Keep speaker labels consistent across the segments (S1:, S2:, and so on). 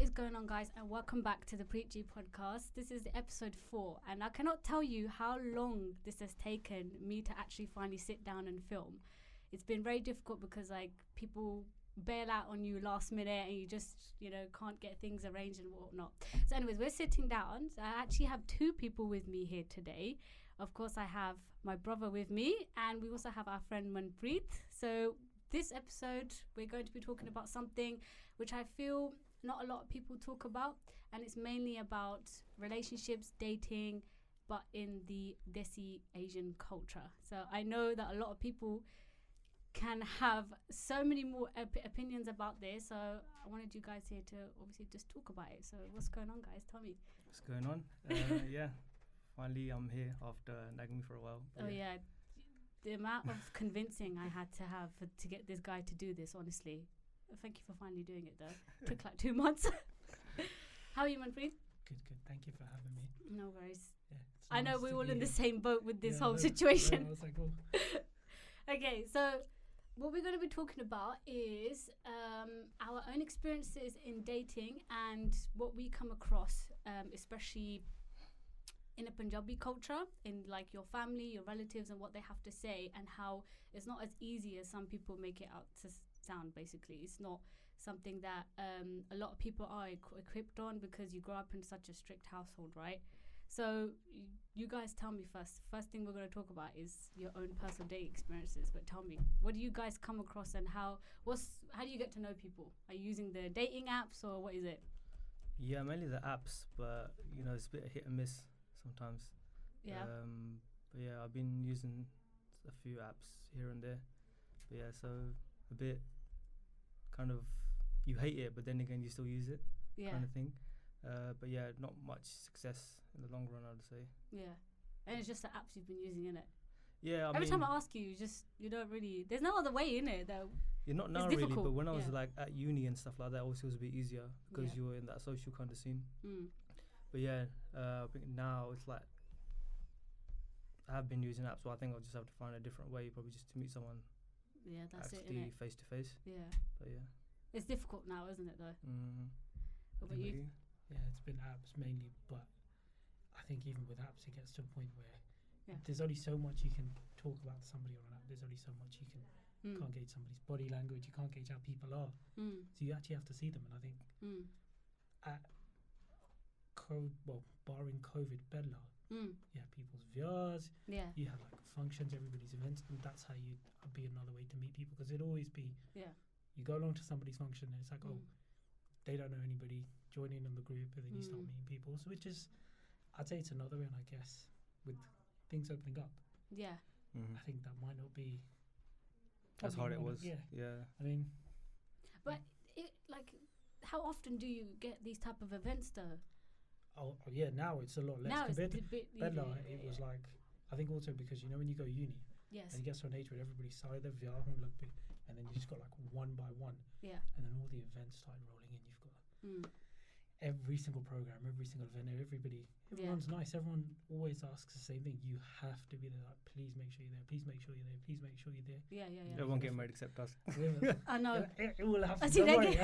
S1: is going on, guys, and welcome back to the Preachy podcast. This is episode four, and I cannot tell you how long this has taken me to actually finally sit down and film. It's been very difficult because, like, people bail out on you last minute and you just, you know, can't get things arranged and whatnot. So, anyways, we're sitting down. So I actually have two people with me here today. Of course, I have my brother with me, and we also have our friend Manpreet. So, this episode, we're going to be talking about something which I feel not a lot of people talk about, and it's mainly about relationships, dating, but in the desi Asian culture. So I know that a lot of people can have so many more op- opinions about this. So I wanted you guys here to obviously just talk about it. So what's going on, guys? Tell me.
S2: What's going on? Uh, yeah, finally I'm here after nagging me for a while.
S1: Oh yeah. The amount of convincing I had to have for, to get this guy to do this, honestly. Thank you for finally doing it, though. Took like two months. How are you, Manfred?
S3: Good, good. Thank you for having me.
S1: No worries.
S3: Yeah, it's
S1: I know
S3: nice
S1: we're
S3: to
S1: all
S3: be
S1: in the
S3: here.
S1: same boat with this
S3: Yeah,
S1: whole
S3: no,
S1: situation.
S3: no, I was like, oh,
S1: Okay, so what we're going to be talking about is um, our own experiences in dating and what we come across, um, especially in a Punjabi culture, in like your family, your relatives, and what they have to say, and how it's not as easy as some people make it out to s- sound. Basically, it's not something that um, a lot of people are equ- equipped on because you grow up in such a strict household, right? So y- you guys tell me first. First thing we're going to talk about is your own personal dating experiences. But tell me, what do you guys come across, and how? What's how do you get to know people? Are you using the dating apps, or what is it?
S2: Yeah, mainly the apps, but you know it's a bit hit and miss sometimes.
S1: Yeah.
S2: Um, but yeah, I've been using a few apps here and there. But yeah, so a bit kind of you hate it, but then again you still use it
S1: yeah.
S2: kind of thing. Uh, but yeah, not much success in the long run, I would say.
S1: Yeah. And it's just the apps you've been using, in it.
S2: Yeah, I
S1: Every
S2: mean,
S1: time I ask you, you just you don't really. There's no other way in it though.
S2: Yeah, not now
S1: It's
S2: really, but
S1: difficult,
S2: when I was
S1: yeah.
S2: like at uni and stuff like that, obviously it was a bit easier because
S1: Yeah.
S2: you were in that social kind of scene.
S1: Mm.
S2: But yeah, uh, I think now it's like I have been using apps, so I think I'll just have to find a different way, probably just to meet someone
S1: Yeah, that's it,
S2: actually
S1: innit?
S2: face to face.
S1: Yeah.
S2: But yeah,
S1: It's difficult now, isn't it though?
S2: mm-hmm.
S1: What about you?
S3: yeah, it's been apps mainly, but I think even with apps, it gets to a point where
S1: Yeah.
S3: there's only so much you can talk about to somebody on an app. There's only so much you can can't
S1: Mm.
S3: gauge somebody's body language. You can't gauge how people are,
S1: Mm.
S3: so you actually have to see them. And I think
S1: Mm.
S3: at co- well, barring COVID, bedlam,
S1: Mm.
S3: you have people's VRs,
S1: Yeah.
S3: you have like functions, everybody's events, and that's how you would be another way to meet people because it'd always be
S1: Yeah.
S3: you go along to somebody's function and it's like, oh,
S1: Mm.
S3: they don't know anybody, join in on the group, and then you start
S1: Mm.
S3: meeting people. So it just, I'd say it's another one, I guess, with things opening up.
S1: Yeah.
S2: Mm-hmm.
S3: I think that might not be.
S2: That's
S3: probably
S2: hard it
S3: one of-
S2: was.
S3: Yeah.
S2: yeah.
S3: I mean,
S1: It, like, how often do you get these type of events though?
S3: oh, oh, yeah, now it's a lot less
S1: now it's a
S3: compared to
S1: bit.
S3: Bedlam. It was like, I think also because you know when you go uni and
S1: Yes.
S3: you get to an age where everybody's side their VR and look big, and then you just got like one by one,
S1: Yeah.
S3: and then all the events start rolling in. You've
S1: Mm.
S3: got every single program, every single event, everybody, everyone's nice. Everyone always asks the same thing. You have to be there. Like, please make sure you're there. Please make sure you're there. Please make sure you're there.
S1: Yeah. Yeah. Yeah.
S2: Everyone getting married except us.
S3: Whoever-
S1: I know.
S3: It, it will happen.
S1: I see
S3: don't
S1: that
S3: worry.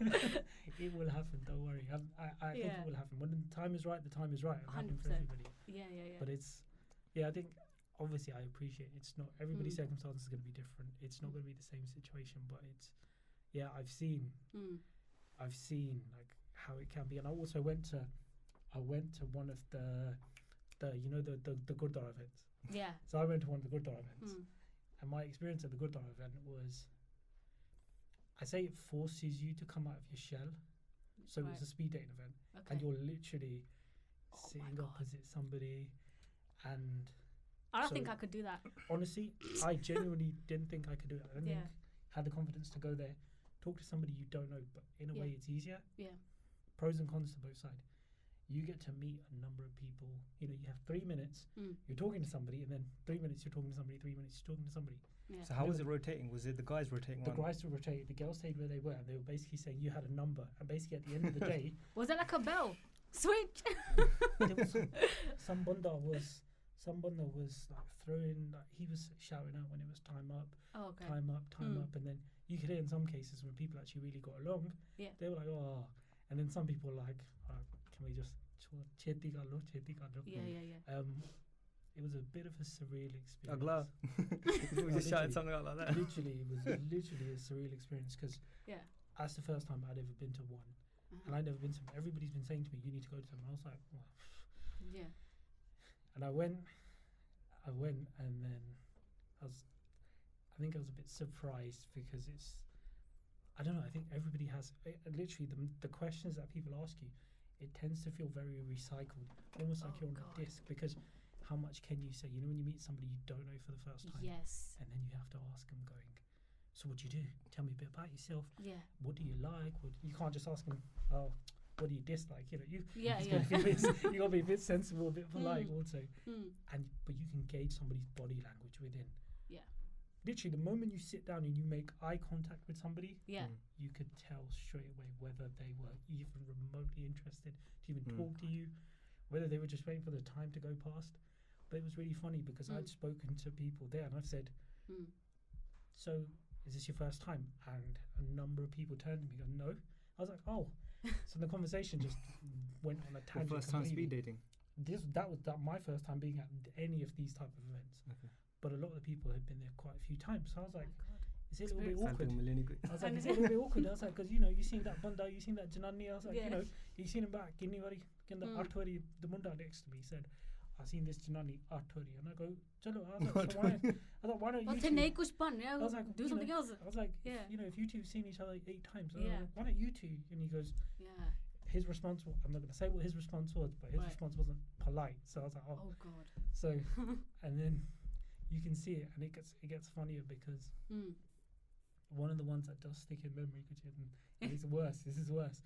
S3: it will happen. Don't worry. I, I, I think
S1: Yeah.
S3: it will happen. When the time is right, the time is right. It'll happen for
S1: 100%.
S3: everybody.
S1: Yeah. Yeah. Yeah.
S3: But it's, yeah, I think obviously I appreciate it's not everybody's
S1: Mm.
S3: circumstances going to be different. It's not going to be the same situation, but it's, yeah, I've seen
S1: Mm.
S3: I've seen like how it can be, and I also went to, I went to one of the, the you know the the, the Gurdwara events.
S1: Yeah.
S3: So I went to one of the Gurdwara events,
S1: Mm.
S3: and my experience at the Gurdwara event was, I say it forces you to come out of your shell. So it
S1: Right.
S3: was a speed dating event,
S1: Okay.
S3: and you're literally
S1: Oh my
S3: sitting
S1: God.
S3: opposite somebody, and
S1: I don't
S3: so-
S1: think I could do that.
S3: honestly, I genuinely didn't think I could do it. I don't
S1: Yeah.
S3: think had the confidence to go there, talk to somebody you don't know, but in a
S1: Yeah.
S3: way it's easier.
S1: Yeah.
S3: Pros and cons to both sides. You get to meet a number of people. You know, you have three minutes.
S1: Mm.
S3: You're talking to somebody, and then three minutes you're talking to somebody. Three minutes you're talking to somebody.
S1: Yeah.
S2: So how was it rotating? Was it the guys rotating?
S3: The
S2: on?
S3: guys were rotated. The girls stayed where they were, and they were basically saying you had a number. And basically at the end of the day,
S1: Was it like a bell? Switch.
S3: there was some, some bunda was some bunda was like throwing. Like, he was shouting out when it was time up.
S1: Oh, okay.
S3: time up, time
S1: Mm.
S3: up, and then you could hear in some cases when people actually really got along,
S1: Yeah.
S3: they were like, oh, And then some people are like, oh, can we just ch- cheti kar lo, cheti kar lo.
S1: Yeah, yeah, yeah.
S3: Um, it was a bit of a surreal experience.
S2: Agla. we just shouted
S3: Literally.
S2: something out like that.
S3: literally, it was literally a surreal experience because
S1: Yeah.
S3: that's the first time I'd ever been to one, and
S1: uh
S3: I'd never been to. Everybody's been saying to me, "You need to go to them." And I was like, "Well,"
S1: Yeah.
S3: and I went, I went, and then I was, I think I was a bit surprised because it's, I don't know. I think everybody has I, I literally the the questions that people ask you, it tends to feel very recycled, almost like
S1: Oh,
S3: you're on
S1: God.
S3: a disc because. How much can you say? You know, when you meet somebody you don't know for the first time,
S1: Yes.
S3: and then you have to ask them, going, "So what do you do? Tell me a bit about yourself.
S1: Yeah.
S3: What do you like? What you can't just ask them, oh, what do you dislike? You know, you
S1: Yeah,
S3: it's
S1: yeah.
S3: gotta be a bit- you gotta be a bit sensible, a bit polite
S1: Mm.
S3: also,
S1: Mm.
S3: and but you can gauge somebody's body language within.
S1: Yeah.
S3: Literally, the moment you sit down and you make eye contact with somebody,
S1: Yeah.
S2: Mm.
S3: you could tell straight away whether they were even remotely interested to even
S2: Mm.
S3: talk to you, whether they were just waiting for the time to go past. But it was really funny because
S1: Mm.
S3: I'd spoken to people there and I've said,
S1: Mm.
S3: so is this your first time? And a number of people turned to me and go, no. I was like, oh. so the conversation just went on a
S2: Your
S3: tangent.
S2: first time speed
S3: completely.
S2: dating.
S3: This that was that my first time being at any of these type of events.
S2: Okay.
S3: But a lot of the people had been there quite a few times. So I was like,
S1: Oh,
S3: is it a little bit
S1: Experience.
S3: awkward?
S2: Something millennial.
S3: I was like, it's a little bit awkward. I was like, because you know, you seen that Bunda, you seen that Janani. I was like,
S1: Yeah.
S3: you know, you seen him back. Kini wari, kinda
S1: Mm.
S3: Arturi, the Munda next to me said, I seen this Janani Arturi, and I go, chalo. I was like, so why? I was like, why don't
S1: But
S3: you?
S1: to
S3: two-
S1: make us bun, yeah,
S3: I was like,
S1: do
S3: you
S1: something
S3: know,
S1: else.
S3: I was like,
S1: Yeah.
S3: you know, if you two have seen each other like eight times, I was
S1: Yeah.
S3: like, why don't you two? And he goes,
S1: Yeah.
S3: his response. wa- I'm not going to say what his response was, but his
S1: Right.
S3: response wasn't polite. So I was like, oh.
S1: Oh God.
S3: So, and then you can see it, and it gets it gets funnier because
S1: Mm.
S3: one of the ones that does stick in memory, which is, and it's worse. This is worse.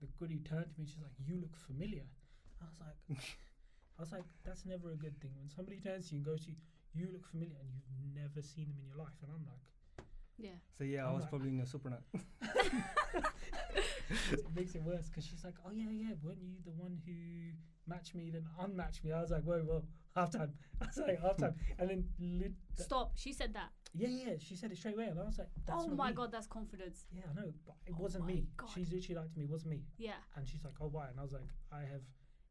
S3: The goody turned to me. She's like, "You look familiar." I was like, I was like, that's never a good thing. When somebody turns to you and goes to you, "You look familiar," and you've never seen them in your life, and I'm like.
S1: Yeah.
S2: So yeah, I
S3: I'm
S2: was
S3: like-
S2: probably in your supernet.
S3: it makes it worse because she's like, "Oh yeah, yeah, weren't you the one who matched me then unmatched me?" I was like, "Whoa, whoa, half time." I was like, "Half time," and then lit- th-
S1: Stop. She said that.
S3: yeah, yeah, yeah, she said it straight away, and I was like, That's
S1: oh
S3: not
S1: my
S3: me."
S1: God, that's confidence.
S3: Yeah, I know, but it
S1: Oh
S3: wasn't
S1: my
S3: me.
S1: God.
S3: She's literally like to me, it wasn't me,
S1: Yeah.
S3: and she's like, "Oh why?" And I was like, "I have,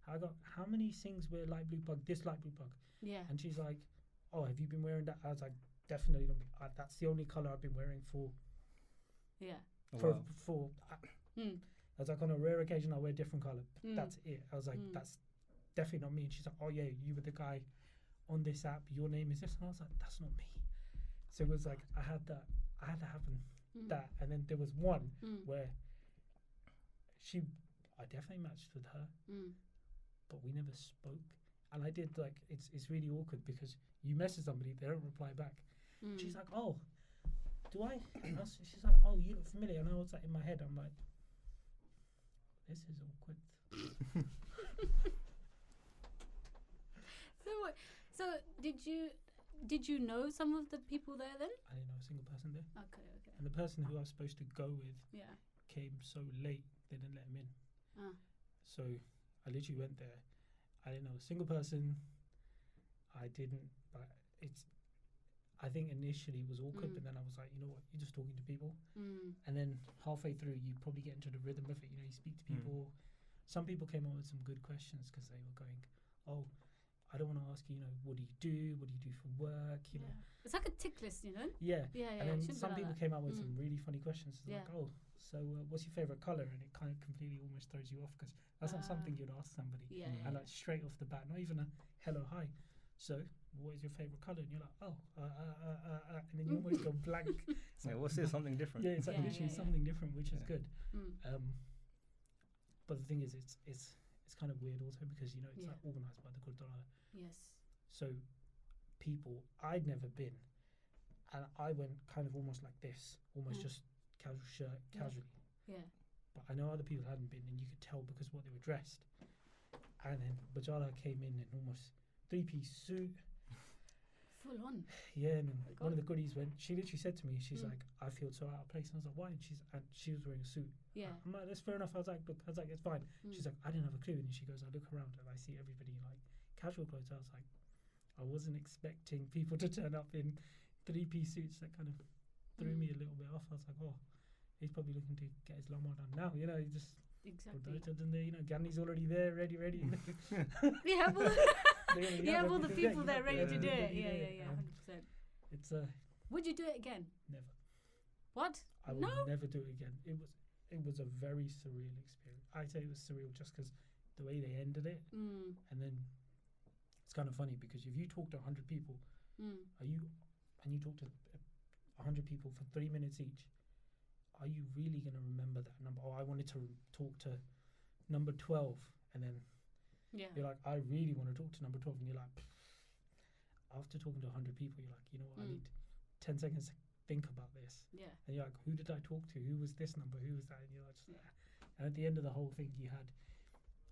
S3: I got how many things wear light blue bug, this light blue bug,"
S1: Yeah.
S3: and she's like, "Oh, have you been wearing that?" I was like, "Definitely not. Me. I, that's the only color I've been wearing for
S1: Yeah.
S2: Oh,
S3: for
S2: wow.
S3: for." I,
S1: Mm.
S3: I was like, on a rare occasion, I wear different color.
S1: Mm.
S3: That's it. I was like,
S1: Mm.
S3: that's definitely not me. And she's like, oh yeah, you were the guy on this app. Your name is this. And I was like, that's not me. So it was like I had that. I had that happen.
S1: Mm.
S3: That and then there was one
S1: Mm.
S3: where she, I definitely matched with her,
S1: Mm.
S3: but we never spoke. And I did like it's it's really awkward because you message somebody, they don't reply back.
S1: Mm.
S3: She's like, oh, do I? And I was, she's like, oh, you look familiar. And I was like, in my head, I'm like, this is awkward.
S1: So, what- so did you did you know some of the people there then?
S3: I didn't know a single person there.
S1: Okay. Okay.
S3: And the person who I was supposed to go with
S1: Yeah.
S3: came so late, they didn't let him in.
S1: Ah.
S3: So I literally went there. I didn't know a single person. I didn't, but it's, I think initially it was awkward,
S1: Mm.
S3: but then I was like, you know what, you're just talking to people.
S1: Mm.
S3: And then halfway through, you probably get into the rhythm of it. You know, you speak to
S2: Mm.
S3: people. Some people came up with some good questions because they were going, oh, I don't want to ask you, you know, what do you do? What do you do for work? You
S1: Yeah.
S3: know,
S1: It's like a tick list, you know.
S3: yeah.
S1: Yeah. Yeah.
S3: And
S1: it
S3: then
S1: should be
S3: some
S1: like
S3: people
S1: that.
S3: came out with
S1: Mm.
S3: some really funny questions. It's Like,
S1: Yeah.
S3: oh, so uh, what's your favorite color? And it kind of completely almost throws you off because that's not
S1: Ah.
S3: something you'd ask somebody.
S1: Yeah.
S2: Mm.
S1: yeah,
S3: And
S1: yeah.
S3: like straight off the bat, not even a hello, hi. So, what is your favorite color? And you're like, oh, uh, uh, uh, uh, uh, and then you almost go blank. It's
S2: Yeah,
S3: like,
S2: what's this? Something different.
S3: Yeah, it's like
S1: Yeah,
S3: literally
S1: yeah, yeah.
S3: something different, which is
S2: Yeah.
S3: good.
S1: Mm.
S3: Um, but the thing is, it's it's it's kind of weird also because you know it's
S1: Yeah.
S3: like organized by the Cordonada,
S1: Yes.
S3: so people I'd never been, and I went kind of almost like this, almost
S1: Mm.
S3: just casual shirt,
S1: Yeah.
S3: casually.
S1: Yeah.
S3: But I know other people hadn't been, and you could tell because what they were dressed. And then Bajala came in in almost three piece suit.
S1: Full on.
S3: Yeah,
S1: Oh
S3: and
S1: my
S3: one
S1: God.
S3: of the goodies went. She literally said to me, "She's
S1: Mm.
S3: like, I feel so out of place." And I was like, "Why?" And she's and she was wearing a suit.
S1: Yeah.
S3: I'm like, that's fair enough. I was like, look, I was like, it's fine. She's
S1: Mm.
S3: like, I didn't have a clue. And she goes, I look around and I see everybody in like casual clothes. I was like, I wasn't expecting people to turn up in three piece suits. That kind of
S1: Hmm.
S3: threw me a little bit off. I was like, oh, he's probably looking to get his llama done now. You know, he just
S1: Exactly.
S3: Roberto Dende, you know, Gandhi's already there, ready, ready.
S1: You have all,
S3: They already
S1: you have all the
S3: everything there,
S1: people
S3: you
S1: that
S3: have
S1: are ready to
S2: Yeah.
S1: do
S3: everything
S1: it.
S3: ready
S1: Yeah,
S3: there,
S1: yeah, yeah,
S3: and
S1: hundred percent.
S3: It's uh,
S1: Would you do it again?
S3: never.
S1: What?
S3: I would
S1: No.
S3: never do it again. It was it was a very surreal experience. I say it was surreal just because the way they ended it,
S1: Mm,
S3: and then it's kind of funny because if you talk to hundred people,
S1: mm.
S3: are you and you talk to a hundred people for three minutes each, are you really going to remember that number? Oh, I wanted to talk to number twelve, and then
S1: Yeah.
S3: you're like, I really want to talk to number 12. And you're like, "Pfft." after talking to 100 people, you're like, you know what,
S1: Mm.
S3: I need 10 seconds to think about this.
S1: Yeah.
S3: And you're like, who did I talk to? Who was this number? Who was that? And you're like,
S1: Yeah.
S3: and at the end of the whole thing, you had,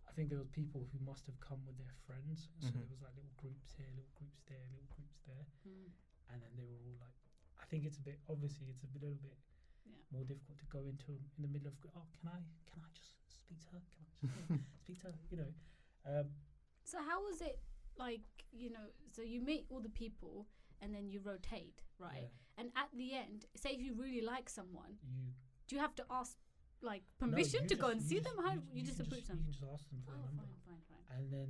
S3: I think there was people who must have come with their friends. So
S2: Mhm.
S3: there was like little groups here, little groups there, little groups there.
S1: Mm.
S3: And then they were all like, I think it's a bit, obviously, it's a bit- little bit
S1: Yeah.
S3: more difficult to go into in the middle of, oh, can I, can I just speak to her? Can I just you know, speak to her? You know, um,
S1: So how was it like, you know, so you meet all the people and then you rotate, right?
S3: yeah.
S1: And at the end, say if you really like someone,
S3: you
S1: do you have to ask like
S3: no,
S1: permission
S3: you
S1: to go
S3: just-
S1: and
S3: you
S1: see
S3: just-
S1: them? How you,
S3: can
S1: just approach
S3: You
S1: them?
S3: can just ask them for
S1: Oh,
S3: their number,
S1: fine, fine, fine.
S3: and then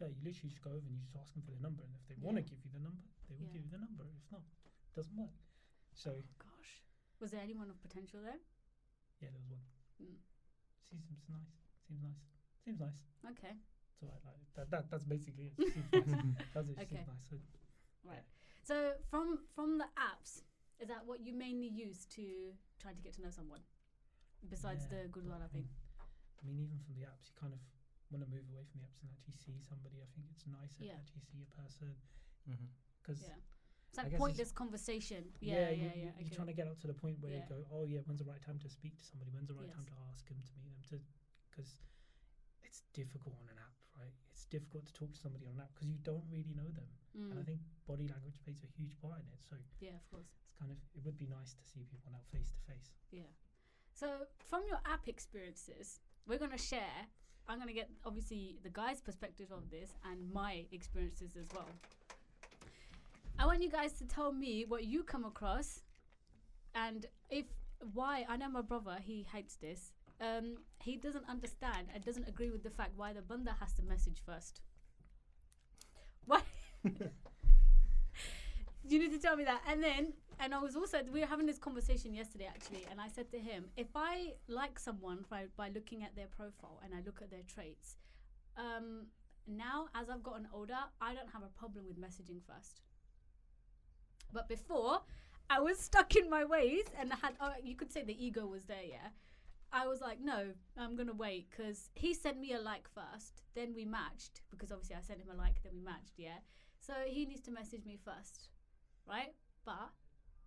S3: yeah, you literally just go over and you just ask them for their number, and if they want to
S1: Yeah.
S3: give you the number, they will
S1: Yeah.
S3: give you the number. If not, it doesn't work. So
S1: Oh gosh, was there anyone of potential there?
S3: yeah, there was one.
S1: Mm.
S3: She seems nice. Seems nice. Seems nice.
S1: Okay,
S3: It's alright. Like that, that. That's basically it. She seems nice. That's it. She
S1: Okay.
S3: seems nice. So
S1: right. So from from the apps, is that what you mainly use to try to get to know someone? Besides
S3: yeah,
S1: the
S3: but
S1: Gurdwara
S3: I
S1: thing,
S3: mean- I mean, even from the apps, you kind of want to move away from the apps and actually see somebody. I think it's nicer
S1: Yeah.
S3: to actually see a person
S2: Mhm.
S3: because
S1: yeah, it's
S3: I
S1: like
S3: guess it's-
S1: pointless conversation. Yeah, yeah, yeah.
S3: you, you-
S1: I
S3: You're
S1: get
S3: trying to
S1: it.
S3: get up to the point where
S1: Yeah.
S3: you go, oh yeah, when's the right time to speak to somebody? When's the right time
S1: Yes.
S3: to ask them to meet them? To because it's difficult on an app, right? It's difficult to talk to somebody on an app because you don't really know them, and I
S1: Mm.
S3: think body language plays a huge part in it. So
S1: Yeah, of course.
S3: it's kind of it would be nice to see people now face to face.
S1: Yeah. So from your app experiences, we're gonna share. I'm gonna get obviously the guys' perspective of this and my experiences as well. I want you guys to tell me what you come across, and if why I know my brother he hates this. Um, he doesn't understand and doesn't agree with the fact why the banda has to message first. Why? you need to tell me that. And then, and I was also we were having this conversation yesterday actually, and I said to him, if I like someone by, by looking at their profile and I look at their traits, um, now as I've gotten older, I don't have a problem with messaging first. But before, I was stuck in my ways, and I had oh, you could say the ego was there, yeah. I was like, no, I'm gonna wait because he sent me a like first, then we matched because obviously I sent him a like, then we matched, yeah. So he needs to message me first, right? But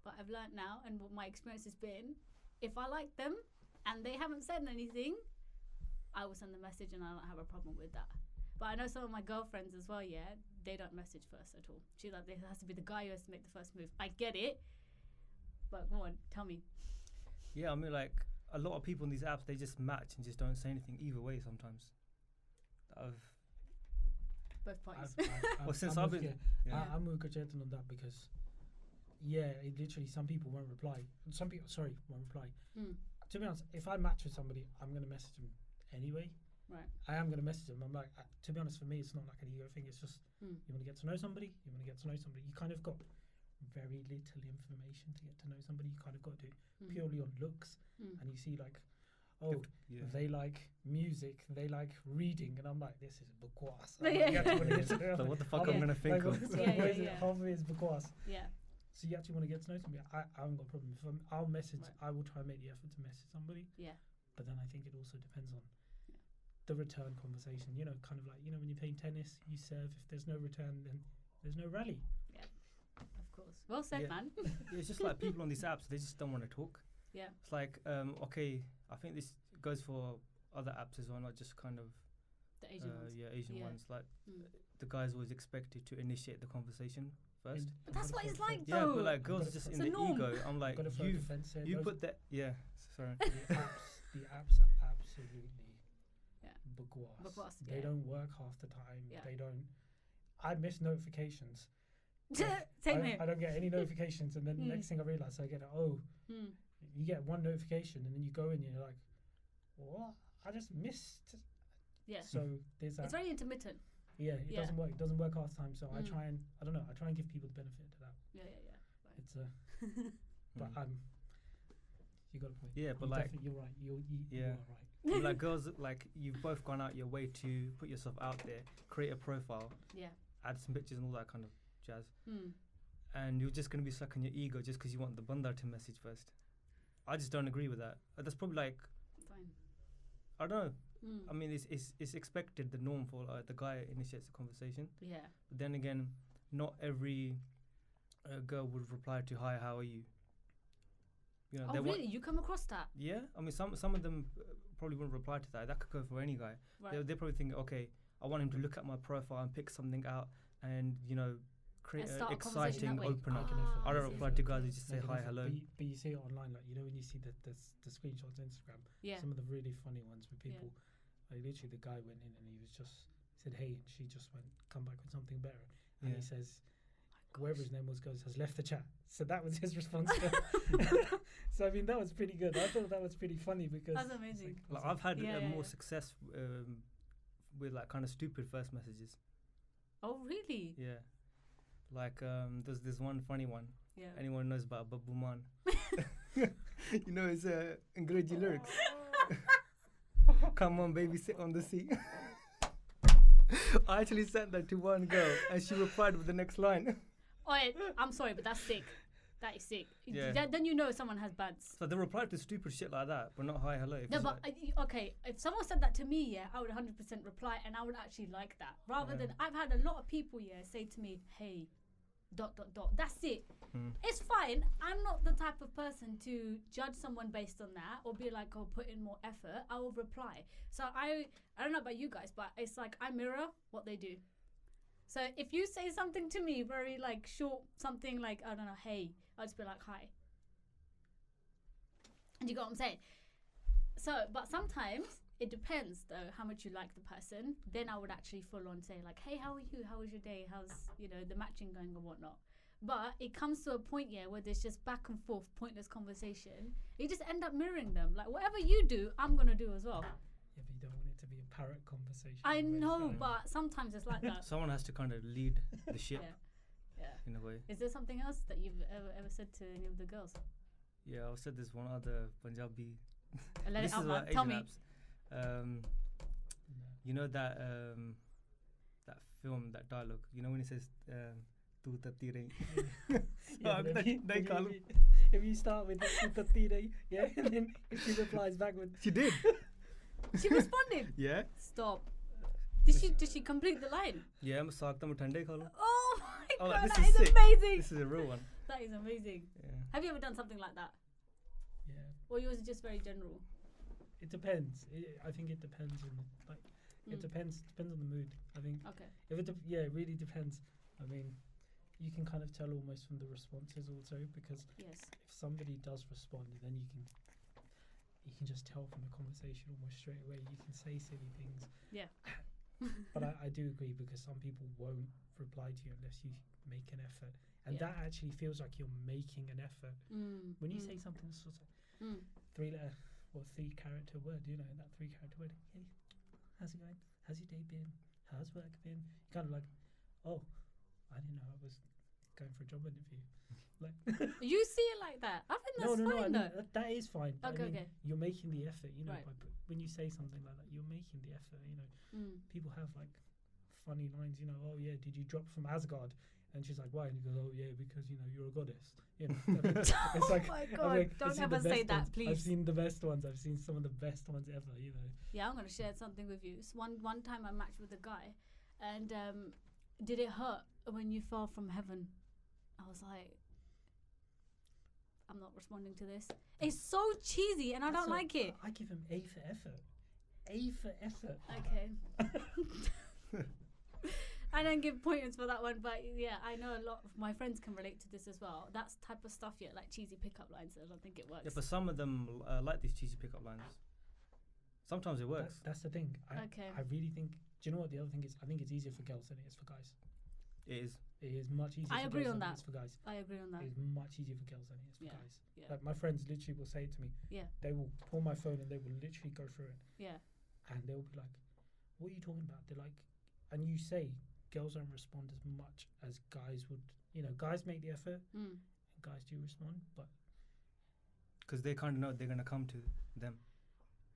S1: but I've learnt now, and what my experience has been, if I like them and they haven't said anything, I will send the message, and I don't have a problem with that. But I know some of my girlfriends as well. Yeah, they don't message first at all. She's like, there has to be the guy who has to make the first move. I get it, but go on, tell me.
S2: Yeah, I mean, like a lot of people on these apps, they just match and just don't say anything either way. Sometimes. I've
S1: Both parties.
S2: well, since
S3: I'm
S2: I've
S3: with
S2: been,
S3: you.
S2: yeah.
S3: I, I'm with Gajetan on that because, yeah, it literally some people won't reply. Some people, sorry, won't reply.
S1: Mm.
S3: To be honest, if I match with somebody, I'm gonna message them anyway.
S1: Right.
S3: I am gonna message them. I'm like, uh, to be honest, for me, it's not like an ego thing. It's just
S1: Mm.
S3: you want to get to know somebody. You want to get to know somebody. You kind of got very little information to get to know somebody. You kind of got to do
S1: Mm.
S3: purely on looks,
S1: Mm.
S3: and you see like, oh,
S2: yeah.
S3: they like music, they like reading, and I'm like, this is bukwas.
S1: Yeah, yeah,
S2: yeah. Like, what the fuck
S1: I'm
S2: gonna think of?
S1: Yeah, yeah, yeah.
S3: Half of it is bukwas.
S1: Yeah.
S3: So you actually want to get to know somebody. I, I haven't got a problem. If I'm, I'll message.
S1: Right.
S3: I will try and make the effort to message somebody.
S1: Yeah.
S3: But then I think it also depends on
S1: Yeah.
S3: the return conversation. You know, kind of like you know when you're playing tennis, you serve. If there's no return, then there's no rally.
S1: Of course. Well said,
S2: Yeah.
S1: man.
S2: Yeah, it's just like people on these apps, they just don't want to talk.
S1: Yeah.
S2: It's like, um, okay, I think this goes for other apps as well, not just kind of
S1: The Asian
S2: uh,
S1: ones.
S2: yeah Asian
S1: Yeah.
S2: ones. Like
S1: Mm.
S2: the guys always expected to initiate the conversation first.
S3: In-
S1: But that's what it's like,
S2: yeah,
S1: though.
S2: but like girls
S3: Gotta
S2: are just
S3: throw-
S2: in
S1: It's
S2: the
S1: a norm.
S2: ego. I'm like,
S3: Gotta throw
S2: you
S3: defense here.
S2: you
S3: Those-
S2: put that yeah. Sorry.
S3: the apps. The apps are absolutely
S1: Yeah.
S3: bukwas.
S1: Bukwas,
S3: They
S1: yeah.
S3: don't work half the time.
S1: Yeah.
S3: They don't. I miss notifications. I
S1: Same
S3: don't,
S1: here.
S3: I don't get any notifications, and then the
S1: Mm.
S3: next thing I realize, I get oh,
S1: Mm.
S3: you get one notification, and then you go in, and you're like, what? I just missed.
S1: Yeah.
S3: So there's that.
S1: It's very intermittent.
S3: yeah, it
S1: yeah.
S3: doesn't work. It doesn't work half the time. So I
S1: Mm.
S3: try and I don't know. I try and give people the benefit of that.
S1: Yeah, yeah, yeah.
S3: It's a
S1: Right.
S3: but
S2: Mm.
S3: I'm. You got a point.
S2: Yeah, but
S3: You
S2: like-
S3: definitely- you're right. You're, you you
S2: Yeah.
S3: are right.
S2: But like girls, like you've both gone out your way to put yourself out there, create a profile,
S1: yeah.
S2: add some pictures and all that kind of jazz.
S1: Mm.
S2: And you're just gonna be stuck in your ego just 'cause you want the bandar to message first. I just don't agree with that. Uh, That's probably like
S1: Fine.
S2: I don't know.
S1: Mm.
S2: I mean, it's it's, it's expected the norm for uh, the guy initiates the conversation.
S1: yeah.
S2: But then again, not every uh, girl would reply to "Hi, how are you?" You know,
S1: Oh,
S2: they
S1: really?
S2: want
S1: you come across that?
S2: Yeah, I mean, some some of them uh, probably wouldn't reply to that. That could go for any guy.
S1: Right.
S2: They they probably think, okay, I want him to look at my profile and pick something out, and you know, create
S1: And
S2: an
S1: start a conversation
S2: exciting
S1: that way.
S2: opener.
S3: Make an effort.
S1: Ah,
S2: I
S1: I
S2: don't
S1: see.
S2: reply to guys who just say
S3: Make an
S2: hi,
S3: effort,
S2: hello.
S3: But you, but you see it online, like you know when you see the the, s- the screenshots on Instagram.
S1: Yeah.
S3: Some of the really funny ones where
S1: Yeah.
S3: people, like literally the guy went in and he was just said hey, and she just went come back with something better, and
S2: Yeah.
S3: he says whoever his name was goes has left the chat. So that was his response. to- so I mean that was pretty good. I thought that was pretty funny because
S1: That's
S3: it's
S1: amazing.
S3: it's
S2: Like I've had
S1: Yeah,
S2: uh,
S1: yeah,
S2: more
S1: yeah.
S2: success um, with like kind of stupid first messages.
S1: Oh, really?
S2: Yeah, like um, there's this one funny one.
S1: Yeah.
S2: Anyone knows about Babu Man? you know his uh, English lyrics. Come on, baby, sit on the seat. I actually sent that to one girl, and she replied with the next line.
S1: Oh, yeah, I'm sorry, but that's sick. That is sick. Y-
S2: Yeah.
S1: that- then you know someone has buds.
S2: So they replied to stupid shit like that, but not hi, hello. If
S1: No,
S2: it's
S1: but
S2: like-
S1: I, y- okay, if someone said that to me, yeah, I would 100% reply and I would actually like that. Rather
S2: Yeah.
S1: than, I've had a lot of people, yeah, say to me, hey, dot, dot, dot. That's it.
S2: Mm.
S1: It's fine. I'm not the type of person to judge someone based on that or be like, oh, put in more effort. I will reply. So I, I don't know about you guys, but it's like I mirror what they do. So if you say something to me very like short, something like, I don't know, hey, I'll just be like, hi. And you got what I'm saying? So, but sometimes it depends though how much you like the person. Then I would actually full on say like, "Hey, how are you? How was your day? How's you know the matching going and whatnot." But it comes to a point yeah where there's just back and forth pointless conversation. You just end up mirroring them. Like whatever you do, I'm gonna do as well.
S3: Yeah, but you don't want it to be a parrot conversation.
S1: I
S3: where it's
S1: know,
S3: like-
S1: but sometimes it's like that.
S2: someone has to kind of lead the ship
S1: Yeah. Yeah.
S2: in a way.
S1: Is there something else that you've ever ever said to any of the girls?
S2: Yeah, I've said this one other Punjabi.
S1: Uh, Let
S2: this
S1: it out,
S2: is about
S1: man. Tell
S2: Asian
S1: me.
S2: apps. Um,
S3: No.
S2: you know that um, that film, that dialogue. You know when he says, um, "Tu tatti rahi."
S3: Yeah,
S2: Oh,
S3: but if
S2: they-
S3: you-
S2: they
S3: if you-
S2: call
S3: if
S2: 'em.
S3: you- If you start with with the theory, yeah, and then if she replies back with,
S2: She did.
S1: She responded.
S2: yeah.
S1: Stop. Did she did she complete the line?
S2: Yeah, मैं साग तो ठंडे खा लूं।
S1: Oh my
S2: Oh,
S1: god,
S2: this
S1: that is
S2: is sick.
S1: amazing.
S2: This is a real one.
S1: That is amazing.
S2: Yeah.
S1: Have you ever done something like that?
S3: yeah,
S1: Or yours is just very general?
S3: it depends. It, I think it depends on like it
S1: Mm.
S3: depends depends on the mood. I think
S1: Okay.
S3: if it dep yeah, it really depends. I mean, you can kind of tell almost from the responses also because
S1: Yes.
S3: if somebody does respond, then you can you can just tell from the conversation almost straight away. You can say silly things.
S1: Yeah.
S3: but I, I do agree because some people won't reply to you unless you make an effort, and
S1: Yeah.
S3: that actually feels like you're making an effort
S1: Mm.
S3: when you
S1: mm,
S3: say something that's sort of
S1: mm.
S3: three letter or three character word. You know that three character word. Hey, how's it going? How's your day been? How's work been? You're kind of like, oh, I didn't know I was going for a job interview.
S1: You see it like that. I think
S3: no,
S1: that's
S3: no, no. I
S1: fine
S3: mean, uh,
S1: though.
S3: that, that is fine. but
S1: Okay,
S3: I mean,
S1: okay.
S3: You're making the effort, you know.
S1: Right.
S3: By, pu- when you say something like that, you're making the effort. You know,
S1: Mm.
S3: people have like funny lines. You know, oh yeah, did you drop from Asgard? And she's like, why? And he goes, oh yeah, because you know you're a goddess. You know, I mean, it's like.
S1: oh my
S3: I've,
S1: god,
S3: like, I've
S1: don't
S3: seen the
S1: ever say
S3: best
S1: that,
S3: ones. I've
S1: please.
S3: seen the best ones. I've seen some of the best ones ever. You know.
S1: Yeah, I'm gonna share something with you. So one one time I matched with a guy and um, did it hurt when you fell from heaven? I was like I'm not responding to this. It's so cheesy and I
S3: That's
S1: don't
S3: all-
S1: like it.
S3: I give him A for effort. A for effort.
S1: Okay. I don't give pointers for that one, but yeah, I know a lot of my friends can relate to this as well. That's type of stuff, yeah, like cheesy pickup lines. I don't think it works.
S2: Yeah, but some of them l- uh, like these cheesy pickup lines. Sometimes it
S3: That-
S2: works.
S3: that's the thing. I,
S1: Okay.
S3: I really think. Do you know what the other thing is? I think it's easier for girls than it is for guys.
S2: It is.
S3: It is much easier.
S1: I
S3: for
S1: agree
S3: girls
S1: on
S3: than it
S1: that.
S3: is for guys.
S1: I agree on that.
S3: It's much easier for girls than it is for
S1: Yeah,
S3: guys.
S1: yeah.
S3: Like my friends literally will say it to me.
S1: Yeah.
S3: They will pull my phone and they will literally go through it
S1: Yeah,
S3: and they'll be like, "What are you talking about?" They're like, and you say girls don't respond as much as guys would. You know, guys make the effort
S1: mm.
S3: and guys do respond, but
S2: Because they kind of know they're going to come to them.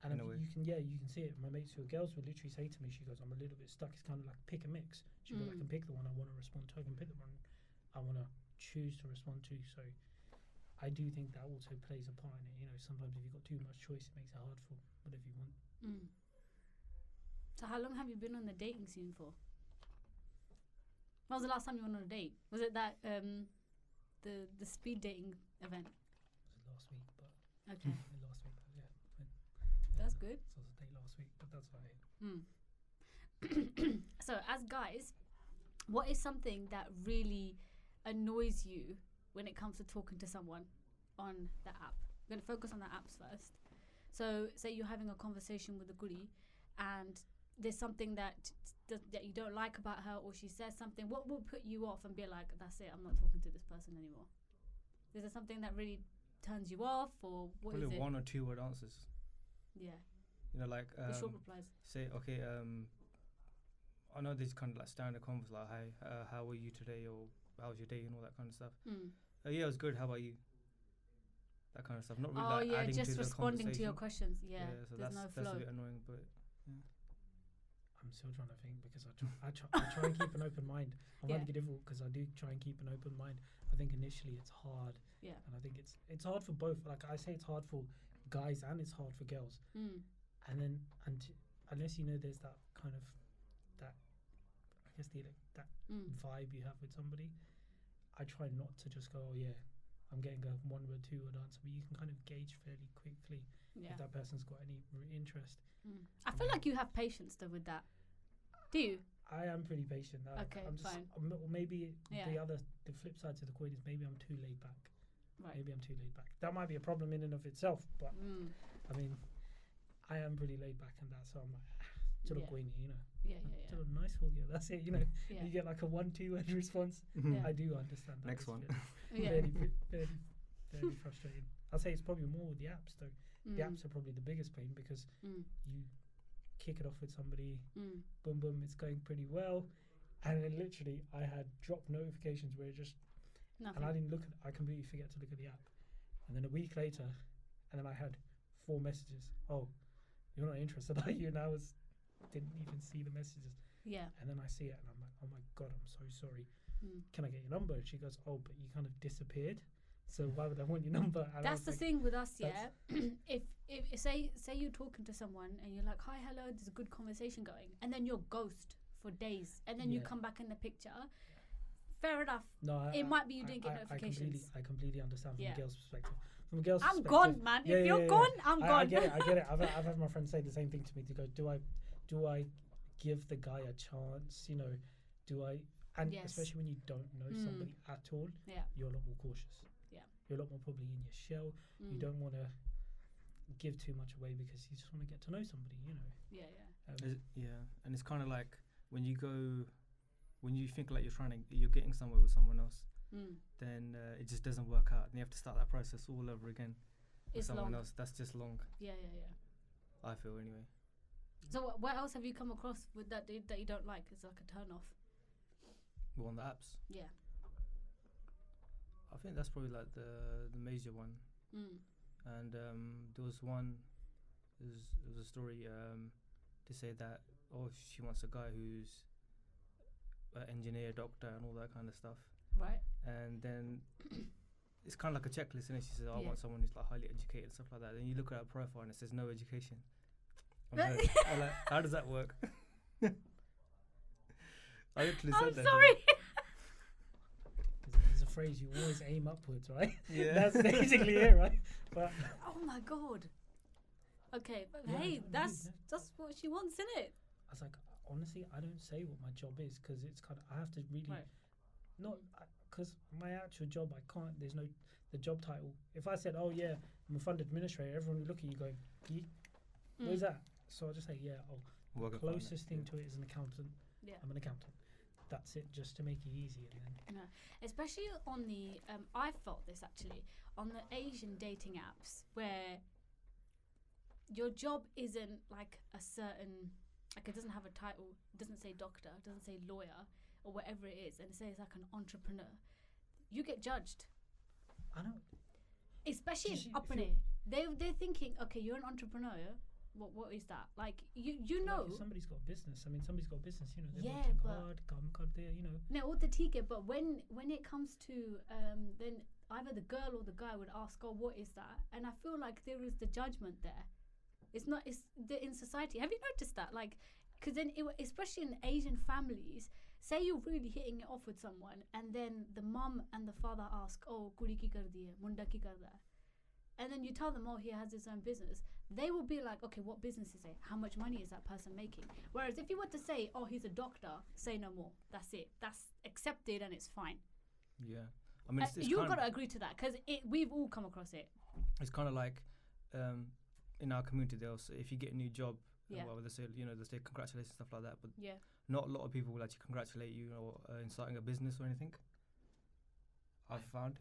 S3: and
S2: In
S3: I
S2: a
S3: mean,
S2: way.
S3: you can yeah you can see it. My mates who are girls will literally say to me, "She goes, I'm a little bit stuck. It's kind of like pick a mix. She goes, I
S1: Mm.
S3: can pick the one I want to respond to. I can pick the one I want to choose to respond to." So. I do think that also plays a part in it. You know, sometimes if you've got too much choice, it makes it hard for whatever you want.
S1: Mm. So, how long have you been on the dating scene for? When was the last time you went on a date? Was it that um, the the speed dating event?
S3: It was last week, but
S1: Okay,
S3: Yeah, last
S1: that's
S3: week, but yeah. but- yeah,
S1: good.
S3: So it was a date last week, but that's fine.
S1: Mm. Hmm. so, as guys, what is something that really annoys you when it comes to talking to someone on the app? We're going to focus on the apps first. So, say you're having a conversation with a goodie and there's something that that that you don't like about her or she says something what will put you off and be like that's it i'm not talking to this person anymore is there something that really turns you off or what is
S2: Probably
S1: it
S2: one or two word answers.
S1: yeah
S2: You know, like.
S1: the short
S2: Um,
S1: replies
S2: say, okay, um, I know these kind of like standard convos, like, hi, uh, how were you today, or how was your day, and all that kind of stuff.
S1: mm.
S2: Uh, yeah, it was good. How about you? That kind of stuff. Not really
S1: oh
S2: like
S1: yeah
S2: adding
S1: just
S2: to
S1: responding
S2: the
S1: to your
S2: conversation.
S1: questions yeah,
S2: so
S1: there's
S2: that's
S1: no
S2: that's
S1: flow
S2: a bit annoying, but
S3: I'm still trying to think because I try, I try, I try and keep an open mind. I find
S1: Yeah.
S3: it difficult because I do try and keep an open mind. I think initially it's hard.
S1: Yeah.
S3: And I think it's it's hard for both. Like I say, it's hard for guys and it's hard for girls.
S1: mm.
S3: And then and unless you know there's that kind of that I guess the like, that
S1: Mm.
S3: vibe you have with somebody, I try not to just go, oh yeah, I'm getting a one word, two word answer, but you can kind of gauge fairly quickly
S1: yeah
S3: if that person's got any r- interest.
S1: Mm. I feel like you have patience though with that. Do you?
S3: I am pretty patient. I,
S1: Okay,
S3: I'm just,
S1: fine.
S3: I'm, or maybe the
S1: Yeah.
S3: other, the flip side to the coin is maybe I'm too laid back.
S1: Right.
S3: Maybe I'm too laid back. That might be a problem in and of itself, but
S1: Mm.
S3: I mean, I am pretty laid back um, in that. So I'm like, to the
S1: Yeah.
S3: coin, you know,
S1: Yeah, yeah, yeah.
S3: to the nice one, yeah, that's it. You know,
S1: Yeah.
S3: you get like a one, two word response.
S1: Yeah.
S3: I do understand that.
S2: Next
S3: it's
S2: one.
S3: fairly-
S1: yeah.
S3: Fairly, fr- fairly, fairly frustrating. I'd say it's probably more with the apps though. The
S1: Mm.
S3: apps are probably the biggest pain because
S1: Mm.
S3: you kick it off with somebody,
S1: Mm.
S3: boom boom it's going pretty well and then literally i had drop notifications where it just
S1: Nothing.
S3: and i didn't look at i completely forget to look at the app and then a week later and then i had four messages oh you're not interested are you and i was didn't even see the messages
S1: yeah.
S3: and then i see it and i'm like oh my god i'm so sorry
S1: Mm.
S3: can i get your number and she goes oh but you kind of disappeared so why would i want your number and I
S1: That's
S3: was
S1: the
S3: like,
S1: thing with us, yeah.
S3: that's-
S1: if, if if- say say you're talking to someone and you're like, "Hi, hello," there's a good conversation going, and then you're ghost for days, and then you
S3: Yeah.
S1: come back in the picture. Fair enough.
S3: no I,
S1: it
S3: I-
S1: might be you
S3: I-
S1: didn't get
S3: I-
S1: notifications.
S3: i completely, I completely understand from
S1: Yeah.
S3: a girl's perspective from a girl's
S1: I'm
S3: perspective,
S1: gone, man.
S3: Yeah,
S1: if
S3: yeah,
S1: you're
S3: yeah,
S1: gone, I'm
S3: I,
S1: gone.
S3: I get it. I get it. I've, I've had my friends say the same thing to me. To go, do I, do I, give the guy a chance? You know, do I? And
S1: Yes.
S3: especially when you don't know
S1: Mm.
S3: somebody at all,
S1: Yeah.
S3: you're a lot more cautious.
S1: Yeah.
S3: you're a lot more probably in your shell. You
S1: Mm.
S3: don't want to give too much away because you just want to get to know somebody. You know,
S1: Yeah, yeah.
S3: um,
S2: Is- yeah, and it's kind of like when you go, when you think like you're trying to, you're getting somewhere with someone else,
S1: Mm.
S2: then uh, it just doesn't work out, and you have to start that process all over again with
S1: It's
S2: someone
S1: long.
S2: else. That's just long,
S1: Yeah, yeah, yeah.
S2: I feel anyway.
S1: So what, what else have you come across with that dude that you don't like? It's like a turn off.
S2: Well, on the apps,
S1: Yeah.
S2: I think that's probably like the the major one.
S1: Mm.
S2: and um, there was one there was, there was a story um, to say that oh she wants a guy who's an engineer doctor and all that kind of stuff
S1: Right.
S2: and then it's kind of like a checklist and she says oh,
S1: Yeah.
S2: I want someone who's like highly educated and stuff like that then you look at her profile and it says no education I'm
S1: That-
S2: like, I'm like, how does that work I literally
S1: I'm
S2: said that to her.
S1: sorry.
S3: there's a phrase you always aim upwards, right?
S2: yeah
S3: That's basically it, right? But
S1: oh my god. Okay, but
S3: Yeah, I
S1: hey,
S3: don't
S1: that's
S3: know, yeah.
S1: that's what she wants, isn't it?
S3: I was like, honestly, I don't say what my job is because it's kind of I have to really
S1: Right.
S3: not because my actual job I can't. There's no the job title. If I said, oh yeah, I'm a fund administrator, everyone would look at you going, geek, what
S1: Hmm. Mm.
S3: is that? So I just say, yeah, oh,
S2: Work and finance,
S3: closest thing to it is an accountant.
S1: Yeah.
S3: I'm an accountant. that's it, just to make it easy. And then
S1: especially on the um, I felt this actually on the Asian dating apps where your job isn't like a certain like it doesn't have a title, it doesn't say doctor, it doesn't say lawyer or whatever it is, and it says like an entrepreneur. You get judged,
S3: I know
S1: especially
S3: Did
S1: in
S3: you-
S1: up in
S3: if
S1: it. They they're thinking, okay, you're an entrepreneur. What what is that? Like you you
S3: like,
S1: know
S3: if somebody's got business. I mean, somebody's got business. You know, they're
S1: Yeah,
S3: working
S1: but-
S3: hard, come, come there. You know,
S1: No, all the ticket, but when when it comes to um, then either the girl or the guy would ask, "Oh, what is that?" And I feel like there is the judgment there. It's not. It's the, in society. Have you noticed that? Like, because then, it, w- especially in Asian families, say you're really hitting it off with someone, and then the mum and the father ask, "Oh, kuri ki kar diye, munda ki kar raha hai?" and then you tell them, "Oh, he has his own business." They will be like, "Okay, what business is it? How much money is that person making?" Whereas if you were to say, "Oh, he's a doctor," say no more. That's it. That's accepted and it's fine.
S2: Yeah, I mean,
S1: Uh,
S2: it's, it's
S1: You've
S2: kind
S1: got
S2: of,
S1: to agree to that because we've all come across it.
S2: it's kind of like um, in our community. They'll say if you get a new job,
S1: Yeah.
S2: yeah. well, they say you know they say congratulations stuff like that, but
S1: Yeah.
S2: not a lot of people will actually congratulate you or uh, in starting a business or anything. I've found,